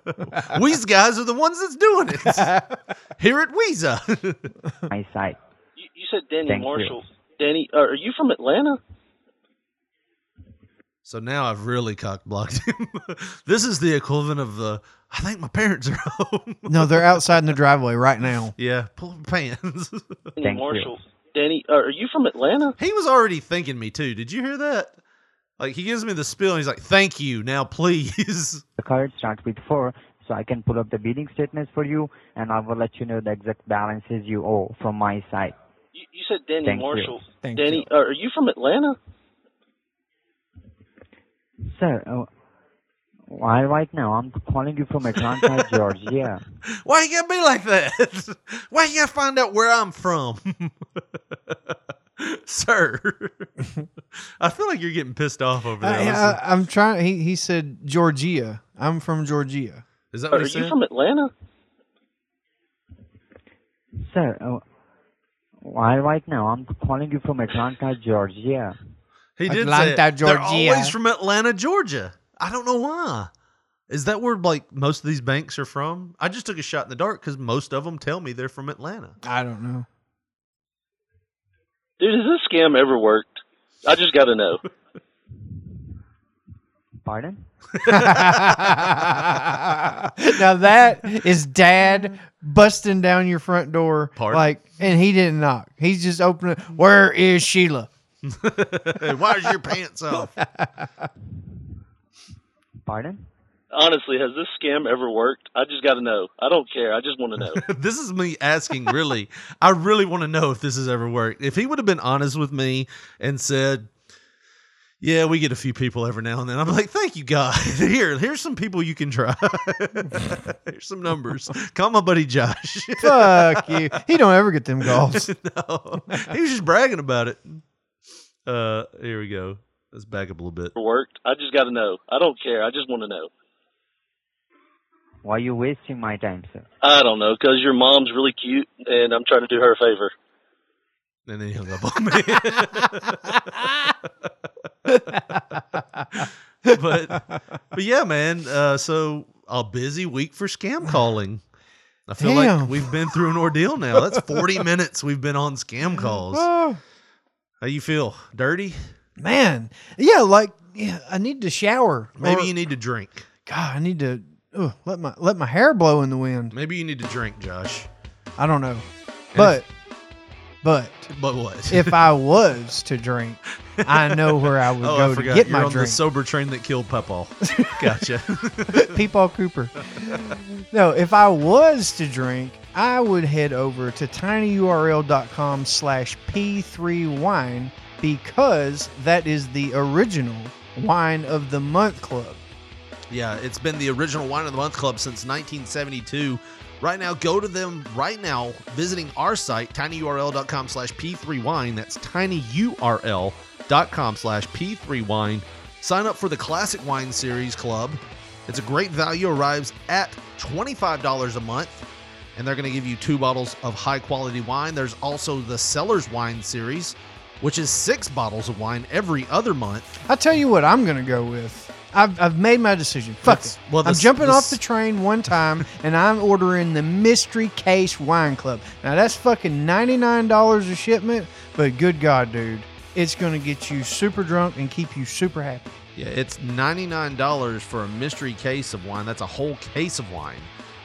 We's guys are the ones that's doing it. Here at Weeza.
my site.
You, you said Danny
Thank you.
Marshall. Danny, uh, are you from Atlanta?
so now I've really cock blocked him. this is the equivalent of the I think my parents are home.
no, they're outside in the driveway right now.
Yeah, pull up your pants.
Danny Marshall. Danny, uh, are you from Atlanta?
He was already thanking me too. Did you hear that? Like he gives me the spill and he's like, "Thank you, now please."
The card start with 4 so I can pull up the billing statements for you and I will let you know the exact balances you owe from my site.
You, you said Danny
Thank you.
Marshall.
Thank
Danny, Uh, are you from Atlanta?
Sir, uh, why right now? I'm calling you from Atlanta, Georgia.
Why you gotta be like that? Why you gotta find out where I'm from, sir? I feel like you're getting pissed off over there.
I,
Listen,
I, I'm trying. He he said Georgia. I'm from Georgia.
Is that what
are
he
you
said?
from Atlanta?
Sir, uh, why right now? I'm calling you from Atlanta, Georgia.
he did say it.
Atlanta,
They're
Georgia.
always from Atlanta, Georgia. I don't know why. Is that where like most of these banks are from? I just took a shot in the dark because most of them tell me they're from Atlanta.
I don't know.
Dude, has this scam ever worked? I just got to know.
Pardon?
now that is dad busting down your front door like and he didn't knock he's just opening where is sheila
Why is your pants off?
Pardon?
Honestly, has this scam ever worked? I just got to know. I don't care. I just want to know.
this is me asking really i really want to know if this has ever worked if he would have been honest with me and said yeah we get a few people every now and then i'm like thank you god here here's some people you can try here's some numbers call my buddy josh
Fuck you. He don't ever get them calls.
no he was just bragging about it uh here we go let's back up a little bit
Ever worked? I just got to know. I don't care. I just want to know.
Why you wasting my time, sir?
I don't know because your mom's really cute, and I'm trying to do her a favor.
and then he hung up on me. but but yeah, man. Uh, so a busy week for scam calling. I feel
Damn.
like we've been through an ordeal now. That's forty minutes we've been on scam calls.
Oh.
How you feel? Dirty?
Man, yeah, like yeah, I need to shower.
Maybe
Or-
you need to drink.
God, I need to ugh, let my let my hair blow in the wind.
Maybe you need to drink, Josh.
I don't know, but but
But what?
if I was to drink, I know where I would
oh,
go
I
to
forgot.
get
You're
my
on
drink.
the sober train that killed Papa. Gotcha.
Peepaw Cooper. No, if I was to drink, I would head over to tinyurl.com slash p3wine because that is the original wine of the month club.
Yeah, it's been the original Wine of the Month Club since 1972. Right now, go to them right now, visiting our site, tinyurl.com slash p3wine. That's tinyurl.com slash p3wine. Sign up for the Classic Wine Series Club. It's a great value, arrives at $25 a month and they're going to give you two bottles of high quality wine. There's also the Sellers Wine Series, which is six bottles of wine every other month.
I tell you what I'm going to go with. I've, I've made my decision. Fuck
That's-
it.
well,
I'm
this-
jumping off
this-
the train one time and I'm ordering the Mystery Case Wine Club. Now, that's fucking $99 a shipment, but good God, dude. It's going to get you super drunk and keep you super happy.
Yeah, it's $99 for a mystery case of wine. That's a whole case of wine.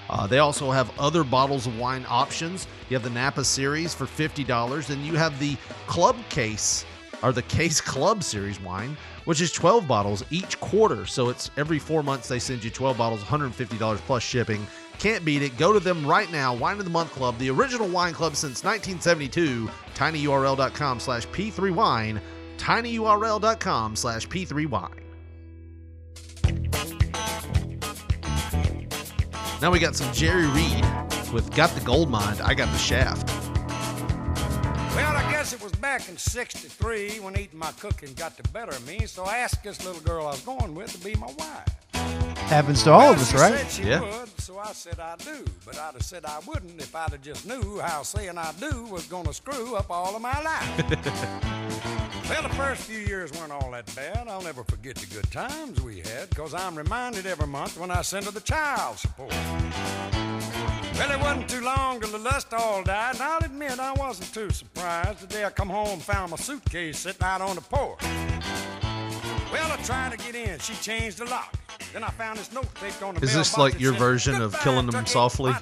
Uh, they also have other bottles of wine options. You have the Napa series for $50, and you have the Club Case or the Case Club series wine, which is 12 bottles each quarter. So it's every four months they send you 12 bottles, $150 plus shipping. Can't beat it. Go to them right now. Wine of the Month Club, the original wine club since 1972. tinyurl.com slash p3wine. tinyurl.com slash p3wine. Now we got some Jerry Reed with Got the Gold Mine, I Got the Shaft.
Well, I guess it was back in 63 when eating my cooking got the better of me, so I asked this little girl I was going with to be my wife.
Happens to all of us,
She
right?
said she would, so I said I do. But I'd have said I wouldn't if I'd have just knew how saying I do was going to screw up all of my life. Well, the first few years weren't all that bad. I'll never forget the good times we had, because I'm reminded every month when I send her the child support. Well, it wasn't too long till the lust all died, and I'll admit I wasn't too surprised. The day I come home, found my suitcase sitting out on the porch. Well, I tried to get in. She changed the lock. Then I found this note taped on the
Is this
mailbox
like
that
your
said,
version of killing them softly?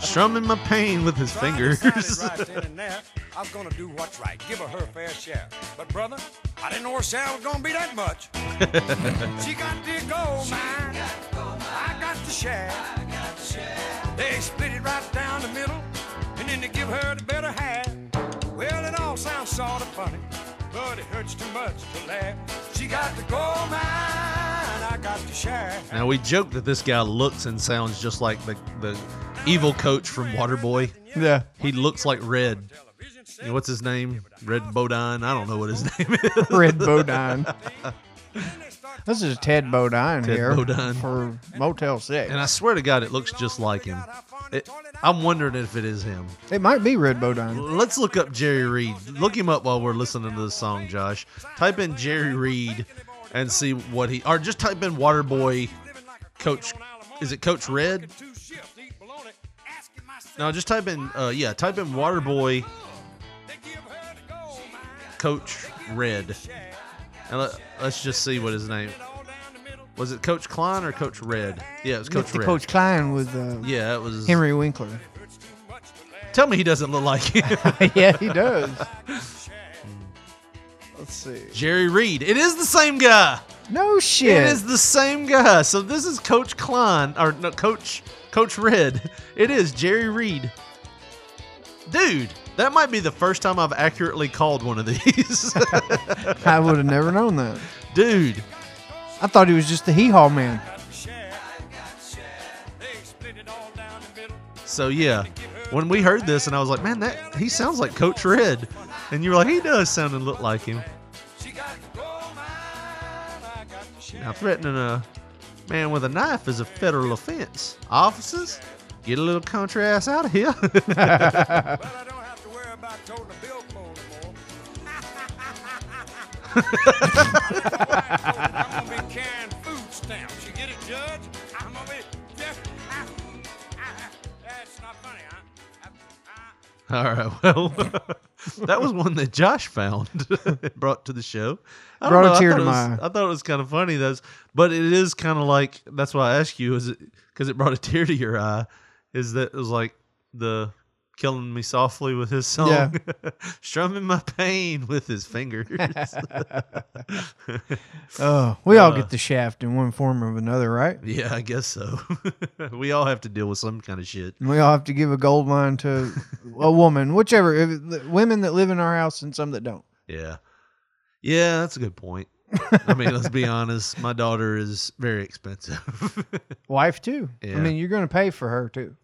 Strumming my pain with his fingers.
decided right then and there, I was gonna do what's right, give her her fair share. But brother, I didn't know her share was gonna be that much. She got the gold mine, I got the share. They split it right down the middle, and then they give her the better half. Well, it all sounds sorta funny, but it hurts too much to laugh. She got the gold mine, I got the share.
now we joke that this guy looks and sounds just like the, the evil coach from Waterboy.
Yeah.
He looks like Red. You know, what's his name? Red Bodine. I don't know what his name is.
Red Bodine. This is Ted Bodine
Ted
here
Bodine.
for Motel 6.
And I swear to God, it looks just like him. It- I'm wondering if it is him.
It might be Red Bodine.
Let's look up Jerry Reed. Look him up while we're listening to this song, Josh. Type in Jerry Reed and see what he or just type in Waterboy Coach is it Coach Red? No, just type in uh yeah, type in Waterboy Coach Red. And let, us just see what his name was it Coach Klein or Coach Red? Yeah, it was Coach
Mr.
Red.
Coach Klein with uh,
Yeah, it was
Henry Winkler.
Tell me he doesn't look like him.
yeah, he does. Let's see.
Jerry Reed. It is the same guy.
No shit.
It is the same guy. So this is Coach Klein or no, Coach Coach Red. It is Jerry Reed. Dude, that might be the first time I've accurately called one of these.
I would have never known that.
Dude.
I thought he was just the hee haw man.
So yeah, when we heard this, and I was like, man, that he sounds like Coach Red, and you were like, he does sound and look like him. Now threatening a man with a knife is a federal offense. Officers, get a little country ass out of here.
I'm gonna be carrying food stamps. You get it, Judge? I'm gonna be. That's not funny, huh?
All right. Well, that was one that Josh found and brought to the show. I don't
Brought a
know, I
tear
thought
to my
was- I thought it was kind of funny, though. But it is kind of like that's why I asked you, is it because it brought a tear to your eye? Is that it was like the killing me softly with his song,
Yeah.
strumming my pain with his fingers.
Oh, we all
Uh,
get the shaft in one form or another, right?
Yeah, I guess so. we all have to deal with some kind of shit.
And we all have to give a gold mine to a woman, whichever if- women that live in our house and some that don't.
Yeah. Yeah, that's a good point. I mean, let's be honest. My daughter is very expensive.
Wife too.
Yeah.
I mean, you're going to pay for her too.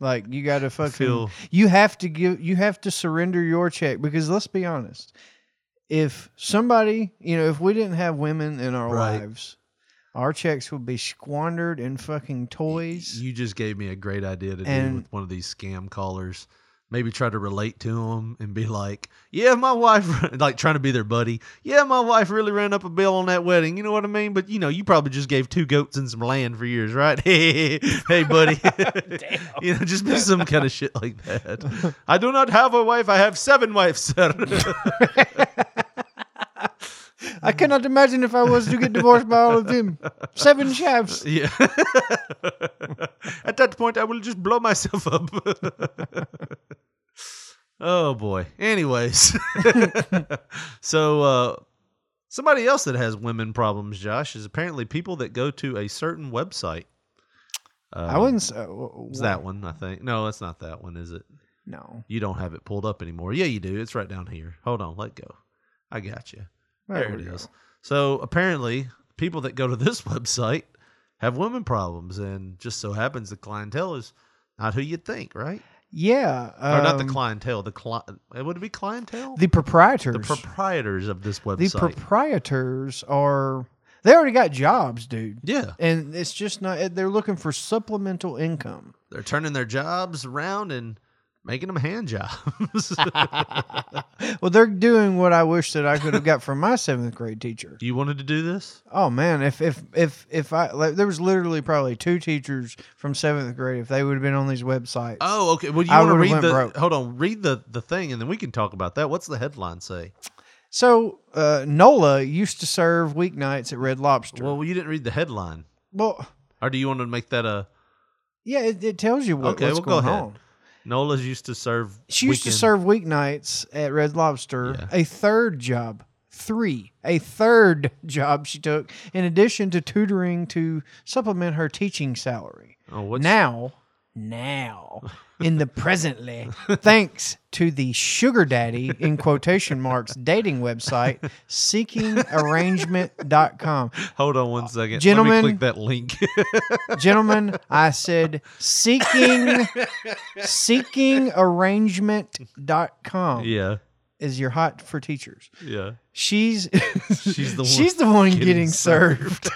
like you got to fucking.
feel-
You have to give. You have to surrender your check because let's be honest. If somebody, you know, if we didn't have women in our
Right.
lives, our checks would be squandered in fucking toys.
you just gave me a great idea to do
And-
with one of these scam callers. Maybe try to relate to them and be like, "Yeah, my wife," like trying to be their buddy. Yeah, my wife really ran up a bill on that wedding. You know what I mean? But you know, you probably just gave two goats and some land for years, right? Hey, hey, buddy. you know, just be some kind of shit like that. I do not have a wife. I have seven wives, sir.
I cannot imagine if I was to get divorced by all of them. Seven chefs.
Yeah. At that point, I will just blow myself up. oh boy. Anyways, so uh, somebody else that has women problems, Josh, is apparently people that go to a certain website. Uh,
I wouldn't. s- Uh, w-
It's that one, I think. No, that's not that one, is it?
No.
You don't have it pulled up anymore. Yeah, you do. It's right down here. Hold on. Let go. I got you.
There
There,
we
it
go.
is. So apparently, people that go to this website have women problems, and just so happens the clientele is not who you'd think, right?
Yeah.
or not the
um,
clientele. The cli- would it be clientele?
The proprietors.
The proprietors of this
the
website.
proprietors are. They already got jobs, dude.
Yeah.
And it's just not. They're looking for supplemental income.
They're turning their jobs around and making them hand jobs.
Well, they're doing what I wish that I could have got from my seventh grade teacher.
you wanted to do this?
Oh man, if if if if I like, there was literally probably two teachers from seventh grade, if they would have been on these websites.
Oh, okay. Well, you
I
want to
would've
read
went
the
broke.
hold on, read the the thing, and then we can talk about that. What's the headline say?
So uh, Nola used to serve weeknights at Red Lobster.
Well, you didn't read the headline,
Well,
or do you want to make that a
yeah, it, it tells you what,
okay?
what's
We'll go
going
ahead.
on.
Nola's used to serve.
She used
weekend-
to serve weeknights at Red Lobster. A third job, three, a third job she took in addition to tutoring to supplement her teaching salary.
Oh, what's
now, now, in the presently, thanks to the sugar daddy in quotation marks dating website seekingarrangement.com.
Hold on one second, Let
Gentlemen-
me click that link.
Gentlemen, I said seeking seekingarrangement.com
yeah,
is your hot for teachers.
yeah.
She's
She's the one
she's the one
getting
getting,
served.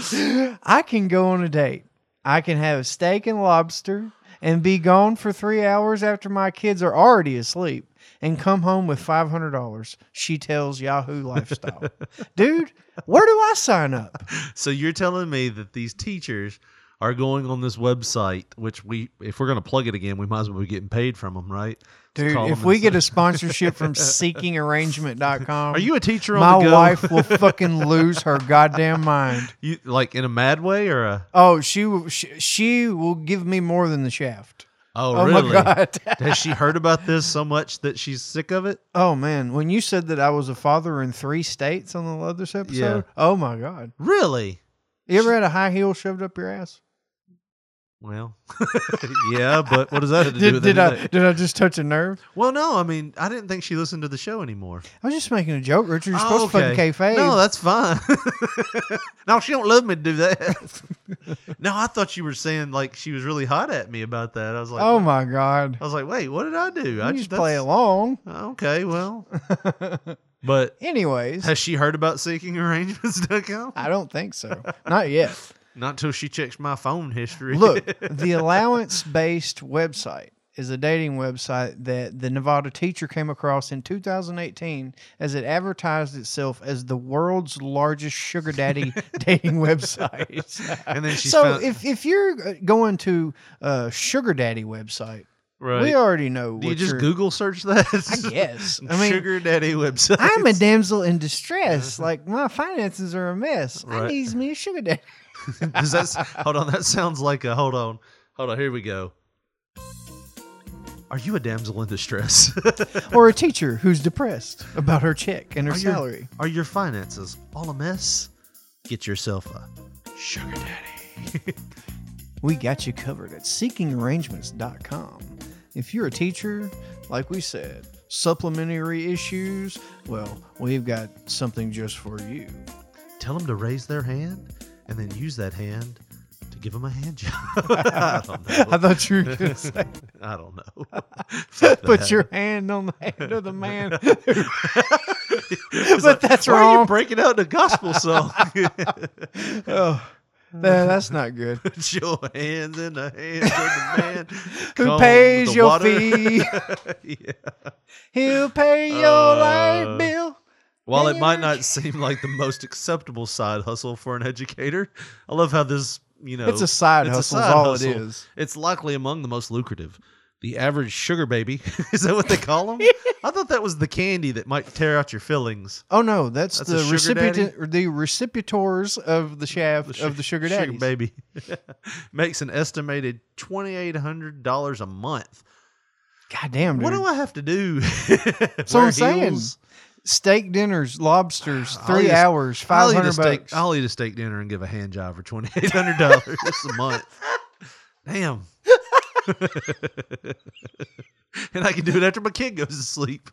served. I can go on a date. I can have steak and lobster and be gone for three hours after my kids are already asleep and come home with five hundred dollars. She tells Yahoo Lifestyle, dude. Where do I sign up?
So you're telling me that these teachers are going on this website, which we, if we're going to plug it again, we might as well be getting paid from them, right? Just
Dude,
call them
if
and
we
say-
get a sponsorship from seekingarrangement.com,
Are you a teacher on
my
the go?
wife will fucking lose her goddamn mind.
you like in a mad way or a
Oh, she, will- she she will give me more than the shaft.
Oh,
Oh, my
really?
God.
Has she heard about this so much that she's sick of it?
Oh man, when you said that I was a father in three states on the Leathers episode,
Yeah.
oh my god,
really?
You ever had a high heel shoved up your ass?
Well, yeah, but what does that have to do
Did-
with
did I-
anything?
did I just touch a nerve?
Well, no. I mean, I didn't think she listened to the show anymore. Oh,
I was just making a joke, Richard. You're supposed to fucking kayfabe.
No, that's fine. no, she don't love me to do that. no, I thought you were saying like she was really hot at me about that. I was like,
oh my god.
I was like, wait, what did I do?
You
I
just
that's-
play along.
Okay, well. But
anyways,
has she heard about seekingarrangements.com?
I don't think so. Not yet.
Not until she checks my phone history.
Look, the allowance based website is a dating website that the Nevada teacher came across in 2018 as it advertised itself as the world's largest sugar daddy dating website.
And then she
so
found-
if, if you're uh, going to a sugar daddy website,
Right.
we already know.
Do you
what
just
your-
Google search that?
I guess. I mean,
sugar daddy website.
I'm a damsel in distress. Like my finances are a mess. I
Uh-huh. Right.
needs me a sugar daddy.
Does that s- hold on? That sounds like a hold on, hold on. Here we go. Are you a damsel in distress?
or a teacher who's depressed about her check and her
Are your-
salary.
are your finances all a mess? Get yourself a sugar daddy.
We got you covered at seekingarrangements.com. If you're a teacher, like we said, supplementary issues, well, we've got something just for you.
Tell them to raise their hand, and then use that hand to give them a hand job. I don't know.
I thought you were gonna say-
I don't know. Fuck
Put
that.
your hand on the hand of the man. but that's
Why
wrong.
Are you breaking out the gospel song.
oh, nah, that's not good.
Put your hands in the hands of the man
Who
Calm
pays
the
your
water.
fee?
yeah.
He'll pay your
Uh,
light bill.
While it might not seem like the most acceptable side hustle for an educator, I love how this, you know,
It's a side hustle is all it is.
It's likely among the most lucrative. The average sugar baby, is that what they call them? I thought that was the candy that might tear out your fillings.
Oh no, that's,
That's a
the
sugar daddy?
recipient, or the recipientors of the shaft of the sugar daddies.
baby makes an estimated twenty eight hundred dollars a month.
God damn,
What
dude.
do I have to do?
That's what
Wear
I'm saying.
heels?
Steak dinners, lobsters,
I'll
three
eat Oh, a-
hours,
I'll
five
eat a
hundred
steak-
bucks.
I'll eat a steak dinner and give a hand job for twenty eight hundred dollars a month. Damn. and I can do it after my kid goes to sleep.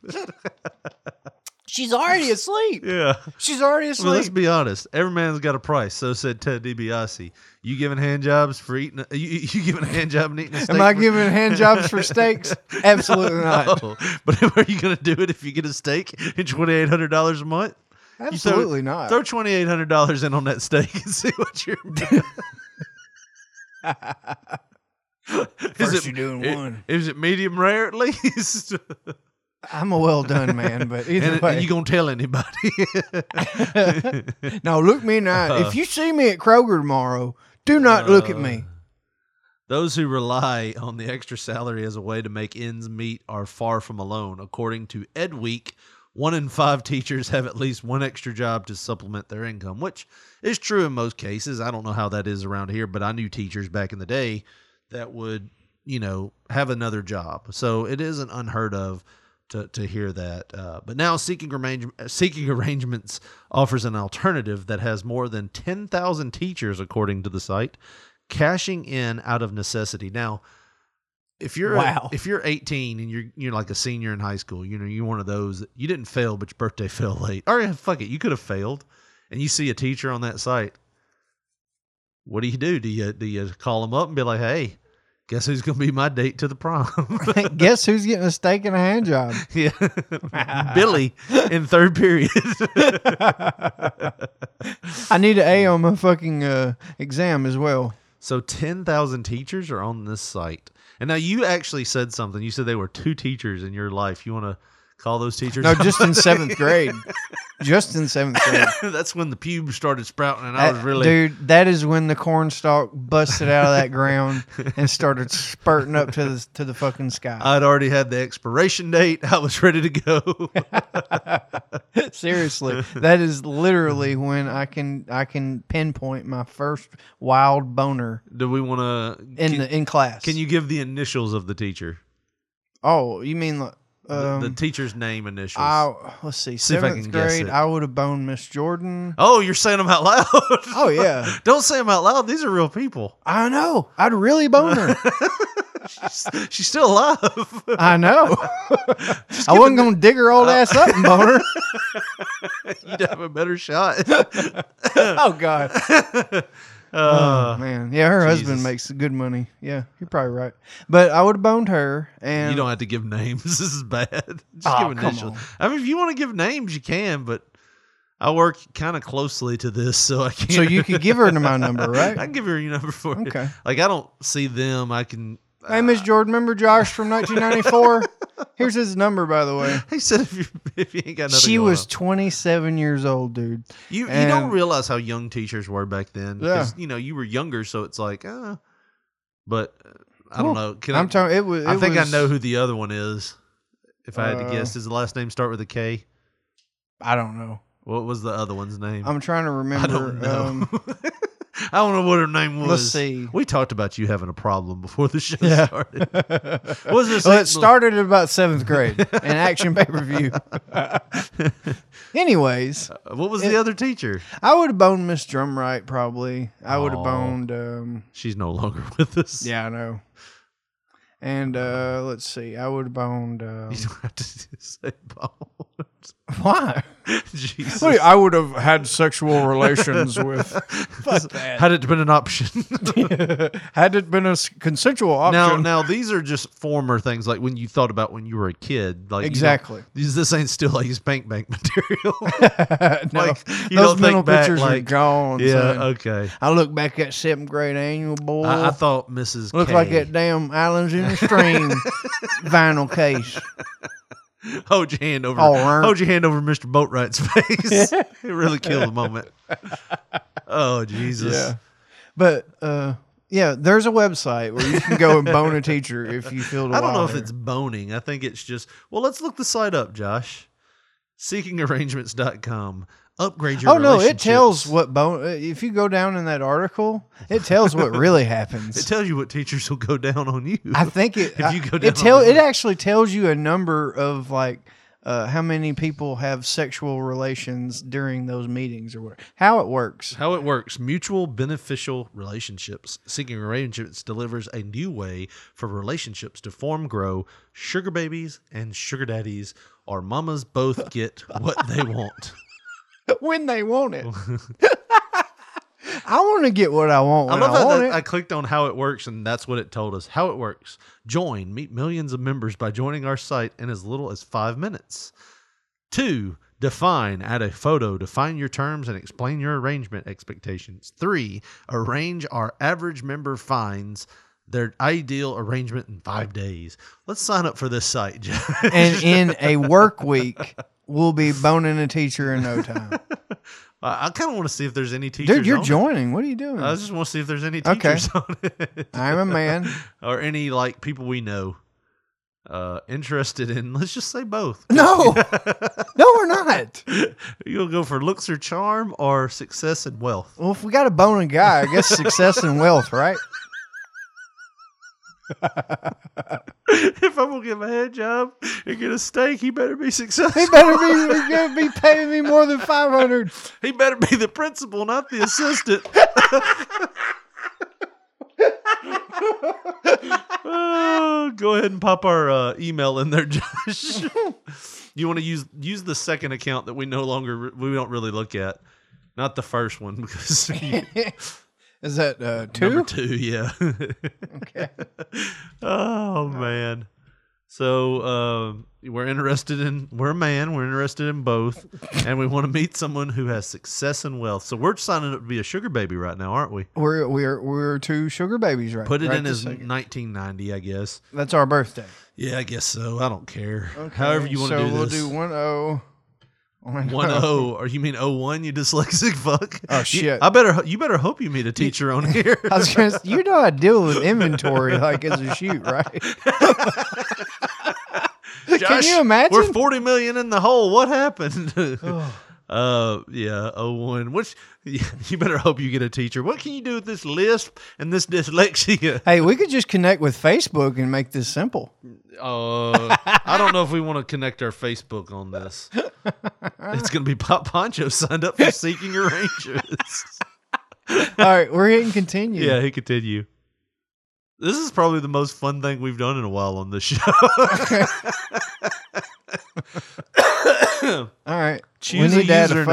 She's already asleep.
Yeah.
She's already
Well, let's
asleep.
be honest. Every man's got a price. So said Ted DiBiase. You giving hand jobs for eating? You, you giving a hand job and eating? A steak
Am I
for-
giving hand jobs for steaks? Absolutely not.
No. But are you going to do it if you get a steak and twenty eight hundred dollars a month? You throw-
Absolutely not.
Throw twenty eight hundred dollars in on that steak and see what you're doing.
First you're doing
it-
one.
Is it medium rare at least?
I'm a well done man, but either
and, it-
way,
and you gonna tell anybody?
now look me in the eye.
Uh.
if you see me at Kroger tomorrow, do not look at me.
Those who rely on the extra salary as a way to make ends meet are far from alone. According to Ed Week, one in five teachers have at least one extra job to supplement their income, which is true in most cases. I don't know how that is around here, but I knew teachers back in the day that would, you know, have another job. So it isn't unheard of to, to hear that. Uh, but now Seeking, Arrange- Seeking Arrangements offers an alternative that has more than 10,000 teachers, according to the site, cashing in out of necessity. Now, if you're
Wow.
if you're 18 and you're you're like a senior in high school, you know you're one of those that you didn't fail, but your birthday fell late. Or yeah, fuck it, you could have failed, and you see a teacher on that site. What do you do? Do you do you call them up and be like, hey, guess who's gonna be my date to the prom?
Guess who's getting a steak and a hand job?
yeah, Billy in third period.
I need an A on my fucking uh, exam as well.
So 10,000 teachers are on this site. And now you actually said something. You said they were two teachers in your life. You want to call those teachers?
No,
out?
just in seventh grade. Just in seventh grade.
That's when the pubes started sprouting and I was
That-
really
dude. That is when the corn stalk busted out of that ground and started spurting up to the to the fucking sky.
I'd already had the expiration date. I was ready to go.
Seriously, that is literally when I can I can pinpoint my first wild boner.
Do we want to
in the in class?
Can you give the initials of the teacher?
Oh, you mean like
The-
um,
the, teacher's name initials.
I let's see,
See if I
seventh
can guess
grade.
it.
I would have boned Miss Jordan.
oh, you're saying them out loud. oh
yeah.
Don't say them out loud. These are real people.
I know. I'd really bone her.
she's, she's still alive.
I know. I wasn't gonna dig her
Uh,
old ass up and bone her.
You'd have a better shot.
oh God.
Uh,
oh man, yeah, her husband
Jesus.
makes good money. Yeah, you're probably right. But I would have boned her, and
you don't have to give names. This is bad. Just
Oh,
give
come
initials. I mean, if you want to give names, you can, but I work kind of closely to this, so I can't.
So you could give her my number, right?
I can give her your number for you.
Okay.
Like I don't see them. I can.
Hey, Miss Jordan, remember Josh from 1994? Here's his number, by the way.
He said if you if you ain't got nothing.
Uh, She
going
was
on.
27 years old, dude.
You you
And-
don't realize how young teachers were back then. 'cause,
Yeah.
You know you were younger, so it's like, uh, but uh, I don't
Well,
know. Can
I'm
I,
telling- it was-
I
it
think
was-
I know who the other one is. If I had to
Uh,
guess, does the last name start with a K?
I don't know.
What was the other one's name?
I'm trying to remember.
don't know.
Um,
I don't know what her name was.
Let's see.
We talked about you having a problem before the show
Yeah.
started. What was this?
Well, it started at about seventh grade in action pay per view. Anyways,
what was the other teacher?
I would have boned Miss Drumright probably. I would have
Aw.
boned. Um,
She's no longer with us.
yeah, I know. And uh, let's see, I would have boned. Um,
You don't have to say bones.
Why?
Jesus.
Well, I would have had sexual relations with. Fuck that.
Had it been an option.
Had it been a s- consensual
now,
option.
now these are just former things like when you thought about when you were a kid. Like you don't-
Exactly.
these, this ain't still like spank bank material.
No,
like
those
you don't
mental
think back,
pictures
like,
are gone.
Yeah.
son.
Okay.
uh, I look back at seventh grade annual boy.
I, I thought Mrs.
Look
K-
like that damn islands in the stream vinyl case.
Hold your hand over.
All right.
Hold your hand over Mr. Boatwright's face. it really killed the moment. Oh Jesus!
Yeah. But uh, yeah, there's a website where you can go and bone a teacher if you feel.
I don't know if it's boning. I think it's just well. Let's look the site up, Josh. Seekingarrangements.com. Upgrade your.
Oh no! It
relationships.
tells what bone. uh, If you go down in that article, it tells what really happens.
It tells you what teachers will go down on you.
I think it.
if you go down.
it tell
on
it
them.
actually tells you a number of like uh, how many people have sexual relations during those meetings or what, how it works.
How it works mutual beneficial relationships. Seeking Arrangements delivers a new way for relationships to form, grow. Sugar babies and sugar daddies or mamas both get what they want.
when they want it. I want to get what I want
I
when
love
I,
how
want
that
it.
I clicked on how it works, and that's what it told us. How it works: join, meet millions of members by joining our site in as little as five minutes. Two, define, add a photo, define your terms, and explain your arrangement expectations. Three, arrange our average member finds their ideal arrangement in five days. Let's sign up for this site, Josh.
and in a work week, we'll be boning a teacher in no time.
I, I kind of want to see if there's any teachers.
Dude, you're
on it.
joining. What are you doing?
I just want to see if there's any
Okay.
teachers on it.
I'm a man.
or any like people we know uh interested in let's just say both
No. no, we're not.
you'll go for looks or charm or success and wealth
Well, if we got a boning guy, I guess success and wealth, right?
if i'm gonna get my head job and get a steak he better be successful
He better be, he better be paying me more than 500
he better be the principal not the assistant Oh, go ahead and pop our uh, email in there, Josh. you want to use use the second account that we no longer we don't really look at, not the first one because you-
Is that uh,
number
two?
two, yeah. okay. Oh man. So um, we're interested in we're a man. We're interested in both, and we want to meet someone who has success and wealth. So we're signing up to be a sugar baby right now, aren't we?
We're, we're, we're two sugar babies right
Put it
right
in
this
as
second.
1990, I guess.
That's our birthday.
Yeah, I guess so. I don't care. However you want to
so
do
we'll
this.
do one oh. O. on-
one oh. O, or you mean O one? You dyslexic fuck.
Oh,
You-
shit.
I better. ho- You better hope you meet a teacher on here.
I was gonna, say, you know I deal with inventory like as a shoot, right?
Josh,
you imagine?
We're forty million in the hole. What happened? uh, yeah, oh one. What's yeah, you better hope you get a teacher. What can you do with this lisp and this dyslexia?
Hey, we could just connect with Facebook and make this simple.
Uh, I don't know if we want to connect our Facebook on this. It's going to be Pop Poncho signed up for Seeking Arrangers.
All right, we're hitting continue.
yeah, he continue. This is probably the most fun thing we've done in a while on this show.
All right.
Choose
we need
a
to add a
username.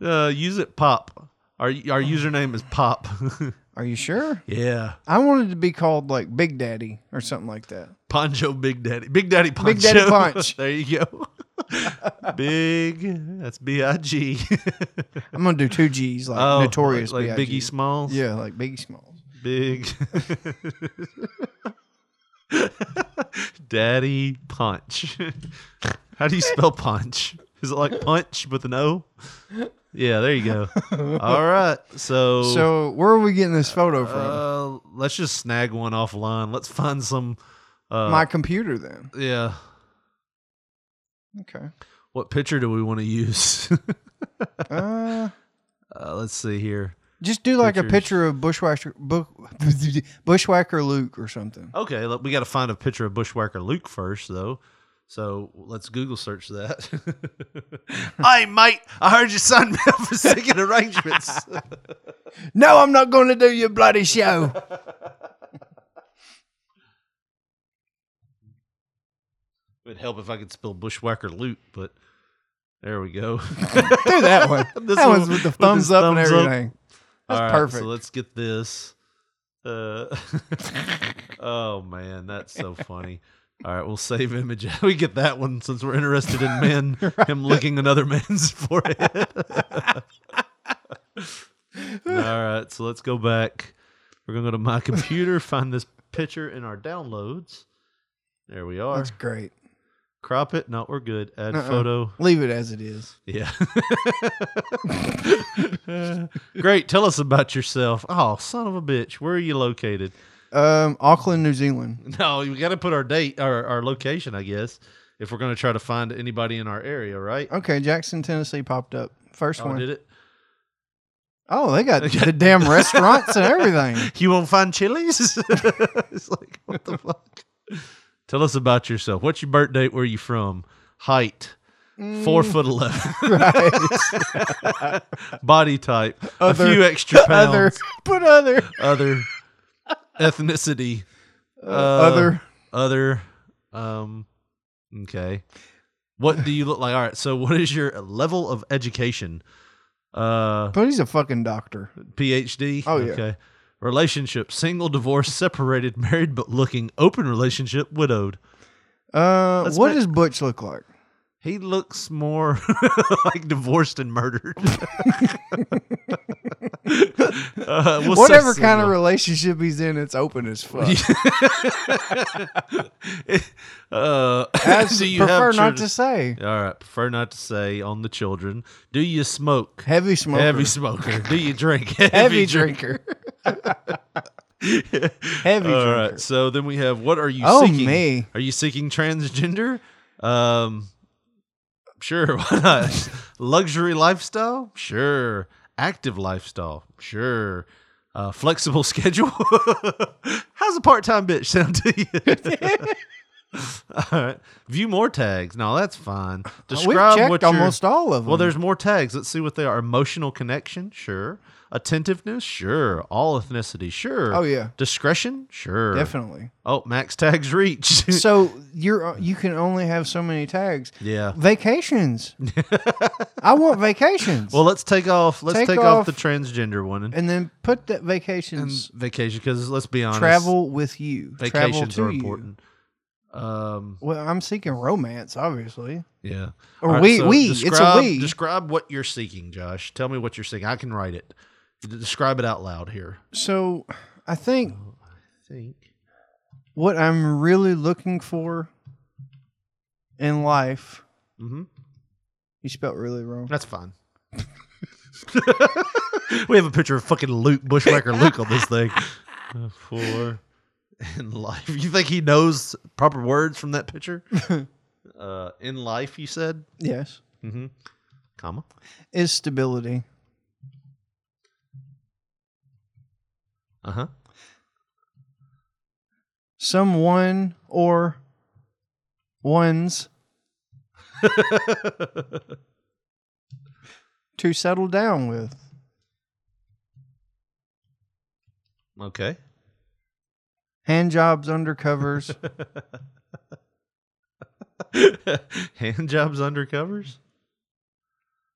photo.
Uh, use it Pop. Our our username is Pop.
Are you sure?
Oh. yeah.
I wanted to be called like Big Daddy or something like that.
Poncho Big Daddy. Big Daddy Poncho.
Big Daddy Punch.
there you go. Big. That's B I G.
I'm gonna do two G's like
Oh,
notorious,
like- like
B.I.G..
Biggie Smalls?
Yeah, like Biggie Smalls.
Big. Daddy Punch. How do you spell punch? Is it like punch with an O? Yeah, there you go. All right. So
So where are we getting this photo from?
uh, let's just snag one offline. Let's find some uh
My computer, then.
Yeah.
Okay.
What picture do we want to use?
Uh,
Uh, let's see here.
just do like a
Pictures.
picture of Bushwhacker, Bu- Bushwhacker Luke or something.
Okay, look, we got to find a picture of Bushwhacker Luke first, though. So let's Google search that. hey, mate, I heard you signed me up for second arrangements.
No, I'm not going to do your bloody show.
It'd help if I could spell Bushwhacker Luke, but there we go. do
that one. That one's with the thumbs up and everything. That's perfect.
So let's get this. Uh, oh man, that's so funny. All right, we'll save image. we get that one since we're interested in men. Him licking another man's forehead. All right, so let's go back. We're gonna go to my computer, find this picture in our downloads. There we are.
That's great.
Crop it. No, we're good. Add
Uh-uh.
photo.
Leave it as it is.
Yeah. Great. Tell us about yourself. Oh, son of a bitch. Where are you located?
Um, Auckland, New Zealand.
No, we got to put our date, our, our location, I guess, if we're going to try to find anybody in our area, right?
Okay, Jackson, Tennessee popped up. First
Oh,
one.
did it?
Oh, they got the damn restaurants and everything.
You won't find chilies? it's like, what the fuck? Tell us about yourself. What's your birth date? Where are you from? Height? Four
Mm.
foot eleven.
Right.
Body type.
Other-
a few extra pounds.
other. Put other.
other ethnicity
Uh, other.
other um okay what do you look like all right so what is your level of education uh
But he's a fucking doctor.
phd
Oh, yeah.
okay relationship single divorced separated married but looking open relationship widowed
Uh,
Let's
what
make-
does Butch look like?
he looks more like divorced and murdered Uh, we'll say
Whatever kind of
single.
relationship he's in, it's open as fuck.
uh,
As-
do you
prefer
have
not
children?
to say.
All right, prefer not to say on the children. Do you smoke?
Heavy smoker.
Heavy smoker. Do you drink?
Heavy drinker. Heavy
All
drinker.
right. So then we have what are you
Oh,
seeking?
me.
Are you seeking transgender? Um sure, why not? Luxury lifestyle? Sure. Active lifestyle? Sure. Uh, flexible schedule? How's a part-time bitch sound to you? all right. View more tags. No, that's fine. Describe
checked
what your-
almost all of
Well,
them.
there's more tags. Let's see what they are. Emotional connection, sure. Attentiveness, sure. All ethnicity, sure.
Oh, yeah.
Discretion, sure.
Definitely.
Oh, max tags reached.
so you're uh, you can only have so many tags.
yeah.
Vacations. I want vacations.
Well, let's take off. Let's
Take
take, off,
off-
the transgender one and,
and then put that vacations
vacation because let's be honest,
travel with you. travel
Vacations
to
are
you.
important. Um.
Well, I'm seeking romance, obviously.
Yeah.
Or
All right,
we
so
we it's a
describe-
we.
Describe what you're seeking, Josh. Tell me what you're seeking. I can write it. D- Describe it out loud here.
So I think
think
what I'm really looking for in life.
Mhm.
You spelt really wrong.
That's fine. We have a picture of fucking Luke Bushwhacker Luke on this thing. Uh, Four. in life. You think he knows proper words from that picture? uh, in life, you said
Yes.
Mm-hmm. Comma.
Is stability.
Uh huh.
Someone or ones to settle down with.
Okay.
Hand jobs under covers.
Hand jobs under covers.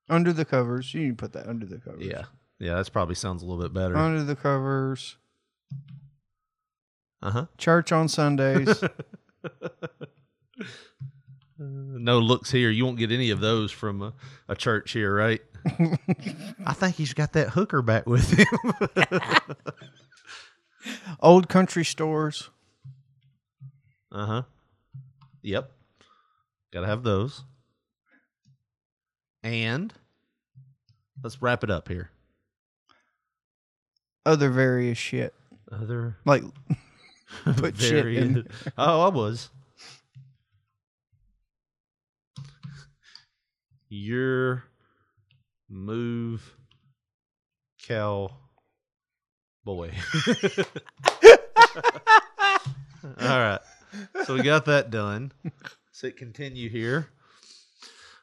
under the covers. You can put that under the covers.
Yeah. Yeah, that's probably sounds a little bit better.
Under the covers.
Uh huh.
Church on Sundays.
No looks here. You won't get any of those from a, a church here, right? I think he's got that hooker back with him.
Old country stores.
Uh huh. Yep. Gotta have those. And let's wrap it up here.
Other various shit.
Other
like put shit
Very-
in.
Oh, I was. Your move, cow boy. All right. So we got that done. So it continue here.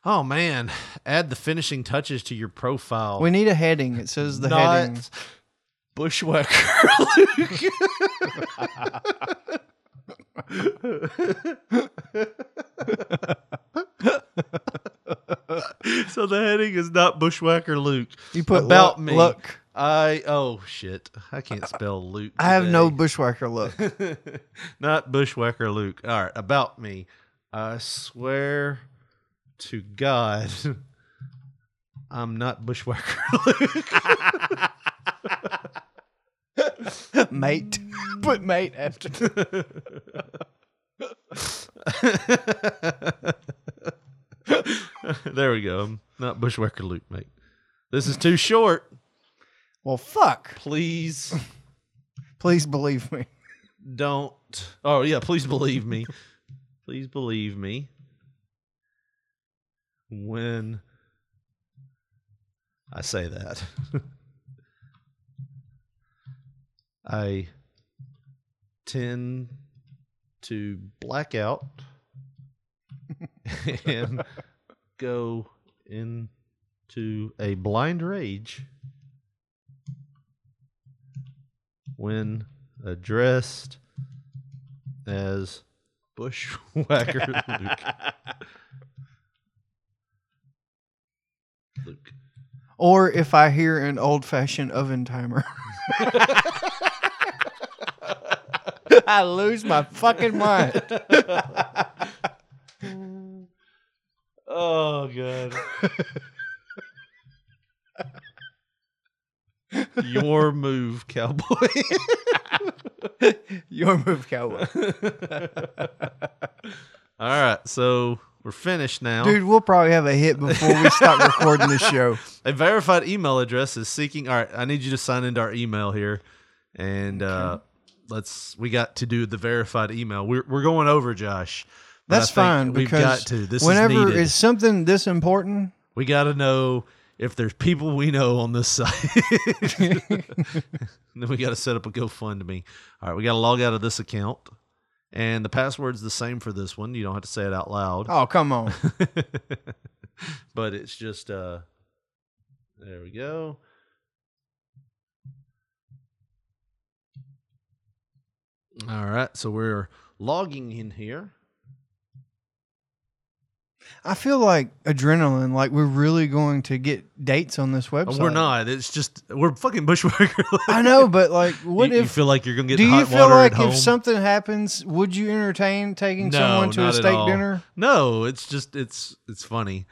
Oh man, add the finishing touches to your profile.
We need a heading. It says the
Not
heading.
Bushwhacker so the heading is not Bushwhacker Luke.
You put
about
lu-
me.
luck.
I oh shit. I can't spell Luke.
I have no
today.
bushwhacker look.
not Bushwhacker Luke. All right, about me. I swear to God, I'm not Bushwhacker Luke.
mate. Put mate after.
there we go. I'm not Bushwhacker Luke, mate. This is too short.
Well, fuck.
Please
Please believe me.
don't. Oh, yeah. Please believe me. Please believe me. When I say that, I tend to black out and go into a blind rage when addressed as Bushwhacker Luke. Luke.
Or if I hear an old fashioned oven timer. I lose my fucking mind.
Oh god. Your move, cowboy.
Your move, cowboy.
All right, so we're finished now.
Dude, we'll probably have a hit before we stop recording this show.
A verified email address is seeking. All right, I need you to sign into our email here, and uh, let's. We got to do the verified email. We're we're going over, Josh. but I
That's
think
fine
We've
because
got to. This is
whenever
needed.
it's something this important,
We got to know if there's people we know on this site. then we got to set up a GoFundMe. All right, we got to log out of this account. And the password's the same for this one. You don't have to say it out loud.
Oh, come on.
but it's just uh there we go. All right, so we're logging in here.
I feel like adrenaline. Like we're really going to get dates on this website.
Oh, We're not. It's just we're fucking bushwhacker.
I know, but like, what
you,
if
you feel like you're gonna get
do
hot
you feel
water
like
at
if
home?
something happens, would you entertain taking
No,
someone to
not
a
at
steak
all.
dinner?
No, it's just it's it's funny.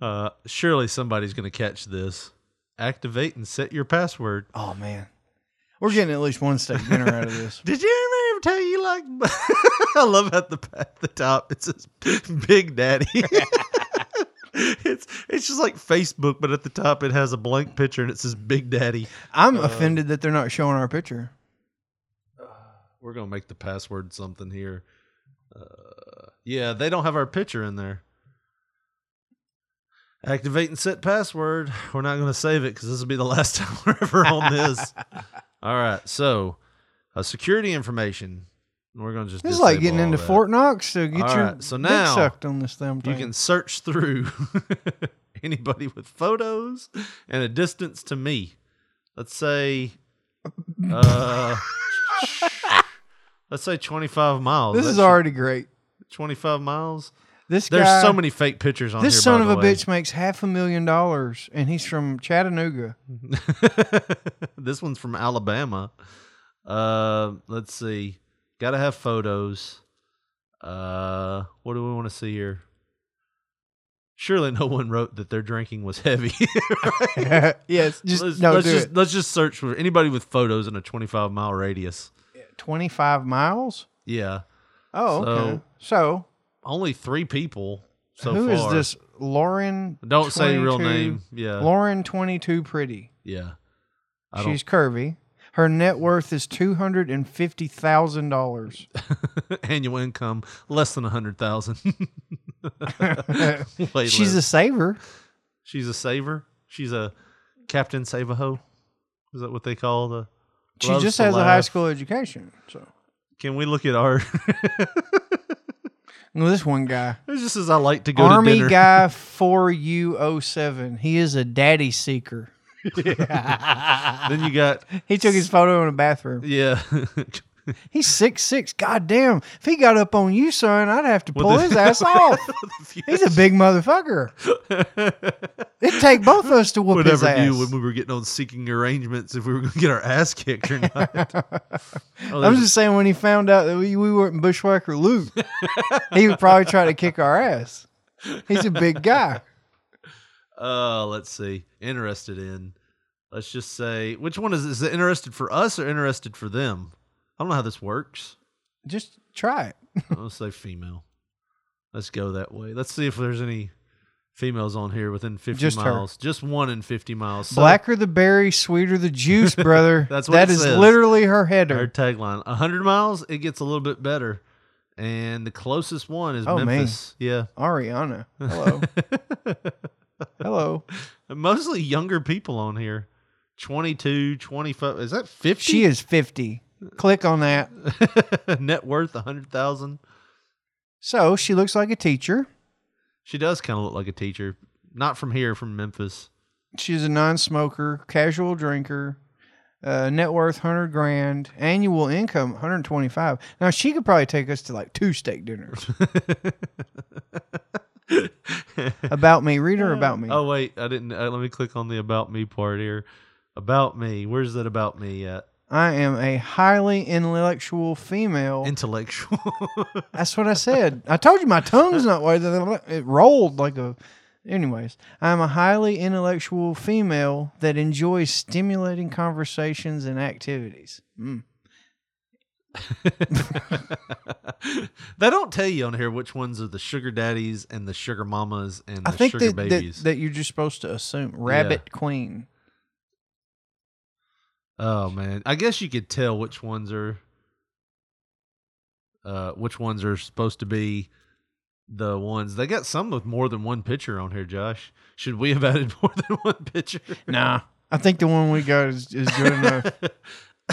Uh, surely somebody's gonna catch this. Activate and set your password.
Oh man, we're getting at least one steak dinner out of this.
Did you ever tell you like? I love at the at the top it says Big Daddy. it's it's just like Facebook, but at the top it has a blank picture and it says Big Daddy.
I'm
Uh,
offended that they're not showing our picture.
We're gonna make the password something here. Uh, yeah, they don't have our picture in there. Activate and set password. We're not gonna save it because this will be the last time we're ever on this. All right, so uh, security information. We're gonna just.
This is like
disable
getting
all
into
that.
Fort Knox to get
All
your
right, so
dick
now
sucked on this damn
You
thing.
can search through anybody with photos and a distance to me. Let's say, uh, let's say twenty-five miles.
this
That
is
should-
already great.
Twenty-five miles.
This
There's
guy-
so many fake pictures on
This
here,
son
by
of
the
a
way.
bitch makes half a million dollars, and he's from Chattanooga.
this one's from Alabama. Uh, let's see. Got to have photos. Uh, what do we want to see here? Surely no one wrote that their drinking was heavy. right?
Yes, just-
let's,
no,
Let's
do
just
it.
let's just search for anybody with photos in a 25 mile radius.
Twenty-five miles.
Yeah.
Oh, okay. So
only three people so
Who
far.
is this? Lauren.
Don't say real
22
name. Yeah.
Lauren, twenty-two, pretty.
Yeah. I don't-
She's curvy. Her net worth is two hundred and fifty thousand dollars.
annual income less than a hundred thousand.
She's a saver.
She's a saver. She's a Captain Save a Hoe. Is that what they call the?
She
loves
just
to
has a high
laugh.
school education. So
Can we look at our?
Well, this one guy.
It's just as I like to go to
Army
dinner.
guy four U 07. He is a daddy seeker.
then you got.
He took his photo in a bathroom.
Yeah.
He's six six. God damn. If he got up on you, son, I'd have to
With
pull
the-
his ass off. He's a big motherfucker. It'd take both of us to whoop his
Whatever
ass.
knew when we were getting on seeking arrangements if we were going to get our ass kicked or not. Oh,
I'm
there's-
just saying when he found out that we, we weren't Bushwhacker Luke, he would probably try to kick our ass. He's a big guy.
Uh, let's see. Interested in. Let's just say which one is is it interested for us or interested for them? I don't know how this works.
Just try it.
I'll say female. Let's go that way. Let's see if there's any females on here within 50
Just her.
miles. Just one in 50 miles. So-
Blacker the berry, sweeter the juice, brother.
That's what
That
it
is
says.
literally her header.
Her tagline. 100 miles, it gets a little bit better. And the closest one is
Oh, man.
Memphis. Yeah.
Ariana. Hello. Hello.
Mostly younger people on here. 22, 25. Is that 50?
She is 50. Click on that.
Net worth 100,000.
So she looks like a teacher.
She does kind of look like a teacher. Not from here, from Memphis.
She's a non smoker, casual drinker, uh, net worth 100 grand, annual income 125. Now she could probably take us to like two steak dinners. about me. Read her about me.
Oh wait, I didn't. Uh, let me click on the about me part here. About me. Where's that about me at?
I am a highly intellectual female.
Intellectual.
That's what I said. I told you my tongue's not way. It rolled like a. Anyways, I'm a highly intellectual female that enjoys stimulating conversations and activities. Mm.
they don't tell you on here which ones are the sugar daddies and the sugar mamas and the
I think
sugar
that, that,
babies.
that you're just supposed to assume rabbit queen.
oh man, I guess you could tell which ones are. Uh, which ones are supposed to be the ones they got some with more than one picture on here josh should we have added more than one picture
Nah, I think the one we got is, is good enough.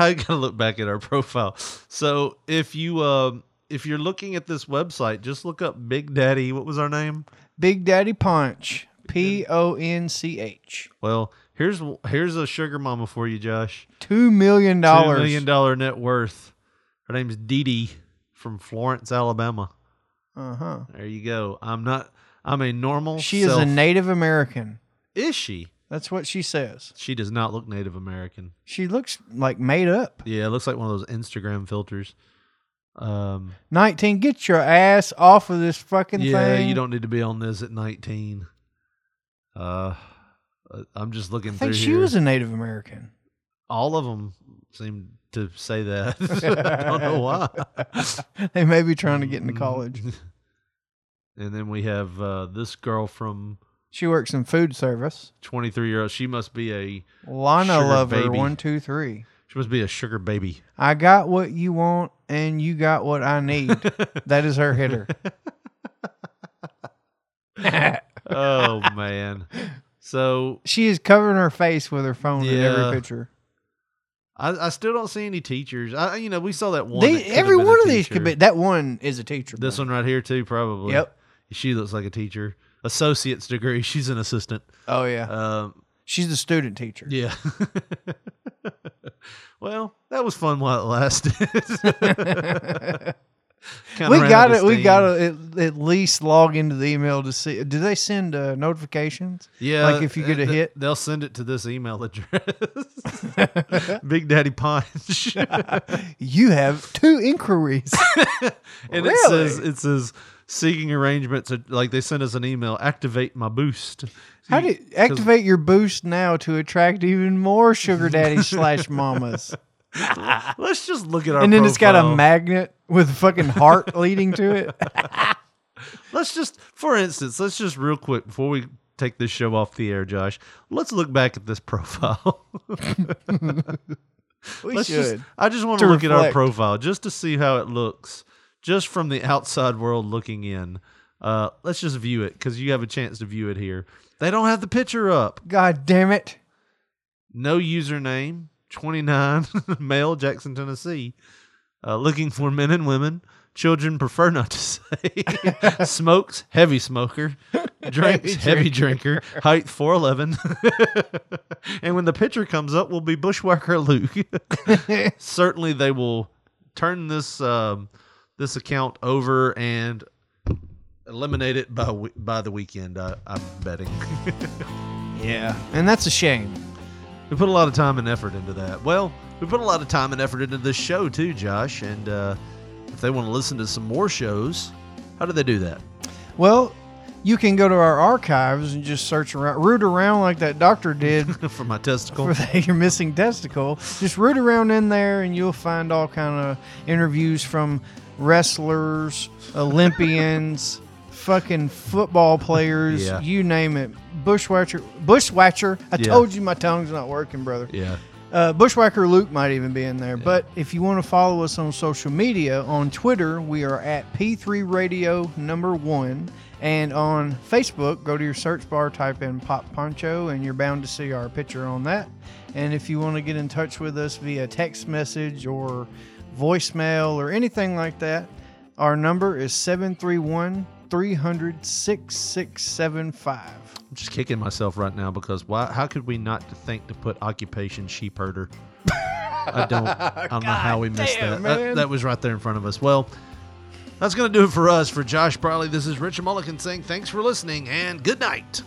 I gotta look back at our profile. So if you um if you're looking at this website, just look up Big Daddy. What was our name?
Big Daddy Punch, P O N C H,
Well, here's here's a sugar mama for you, Josh.
two million dollars.
Two million dollar net worth. Her name's Dee Dee from Florence, Alabama.
Uh huh.
There you go. I'm not. I'm a normal.
She is a
self-
Native American.
Is she?
That's what she says.
She does not look Native American.
She looks like made up.
Yeah, it looks like one of those Instagram filters. Um,
19, get your ass off of this fucking
yeah,
thing.
you don't need to be on this at 19. Uh, I'm just looking
I think
through
she
here.
was a Native American.
All of them seem to say that. I don't know why. Mm-hmm.
they may be trying to get into college.
And then we have uh, this girl from
She works in food service.
23 year old. She must be a
Lana
sugar
Lover,
baby.
one, two, three.
She must be a sugar baby.
I got what you want and you got what I need. that is her hitter.
oh man. So
She is covering her face with her phone in
Yeah.
every picture.
I, I still don't see any teachers. I you know we saw that one.
They-
that could have
every
been a
one of these could
teacher.
be that one is a teacher.
This one right here too, probably.
Yep.
She looks like a teacher, associate's degree. She's an assistant.
Oh yeah.
Um,
She's the student teacher.
Yeah. well, that was fun while it lasted. Kinda
we
ran out
got
of
to We
steam.
got to at, at least log into the email to see. Do they send uh, notifications?
Yeah, uh,
like if you get a
th-
hit.
they'll send it to this email address. Big Daddy Punch.
you have two inquiries.
and it
Really?
says it says seeking arrangements. uh, Like they sent us an email. Activate my boost.
How do you activate your boost now to attract even more sugar daddies slash mamas?
Let's just look at our.
and then it's got a
profile.
magnet with a fucking heart leading to it.
Let's just, for instance, let's just real quick before we take this show off the air, Josh. Let's look back at this profile.
We
just-
should,
I just want to,
to
look at our
reflect.
profile just to see how it looks, just from the outside world looking in. Uh, let's just view it because you have a chance to view it here. They don't have the picture up.
God damn it!
No username. Twenty nine, male, Jackson, Tennessee. Uh, looking for men and women. Children prefer not to say. Smokes heavy smoker. Drinks
Heavy
heavy
drinker.
drinker. Height four eleven. and when the picture comes up, will be bushwhacker Luke. Certainly, they will turn this um, this account over and eliminate it by we- by the weekend. I, I'm betting.
Yeah, and that's a shame.
We put a lot of time and effort into that. Well, we put a lot of time and effort into this show too, Josh. And uh, if they want to listen to some more shows, how do they do that?
Well, you can go to our archives and just search around, root around like that doctor did
for my testicle.
for that, your missing testicle. Just root around in there, and you'll find all kind of interviews from wrestlers, Olympians, fucking football players,
Yeah.
you name it. Bushwhacker, bushwhacker. I
Yeah.
told you my tongue's not working, brother.
Yeah.
Uh, Bushwhacker Luke might even be in there. But if you want to follow us on social media, on Twitter, we are at P3 Radio number one. And on Facebook, go to your search bar, type in Pop Poncho, and you're bound to see our picture on that. And if you want to get in touch with us via text message or voicemail or anything like that, our number is 731 300 6675.
I'm just kicking myself right now because why? How could we not to think to put occupation sheep herder? I don't. I don't know how we missed
damn,
that. that.
man.
That was right there in front of us. Well, that's gonna do it for us. For Josh Briley, this is Richard Mulligan saying thanks for listening and good night.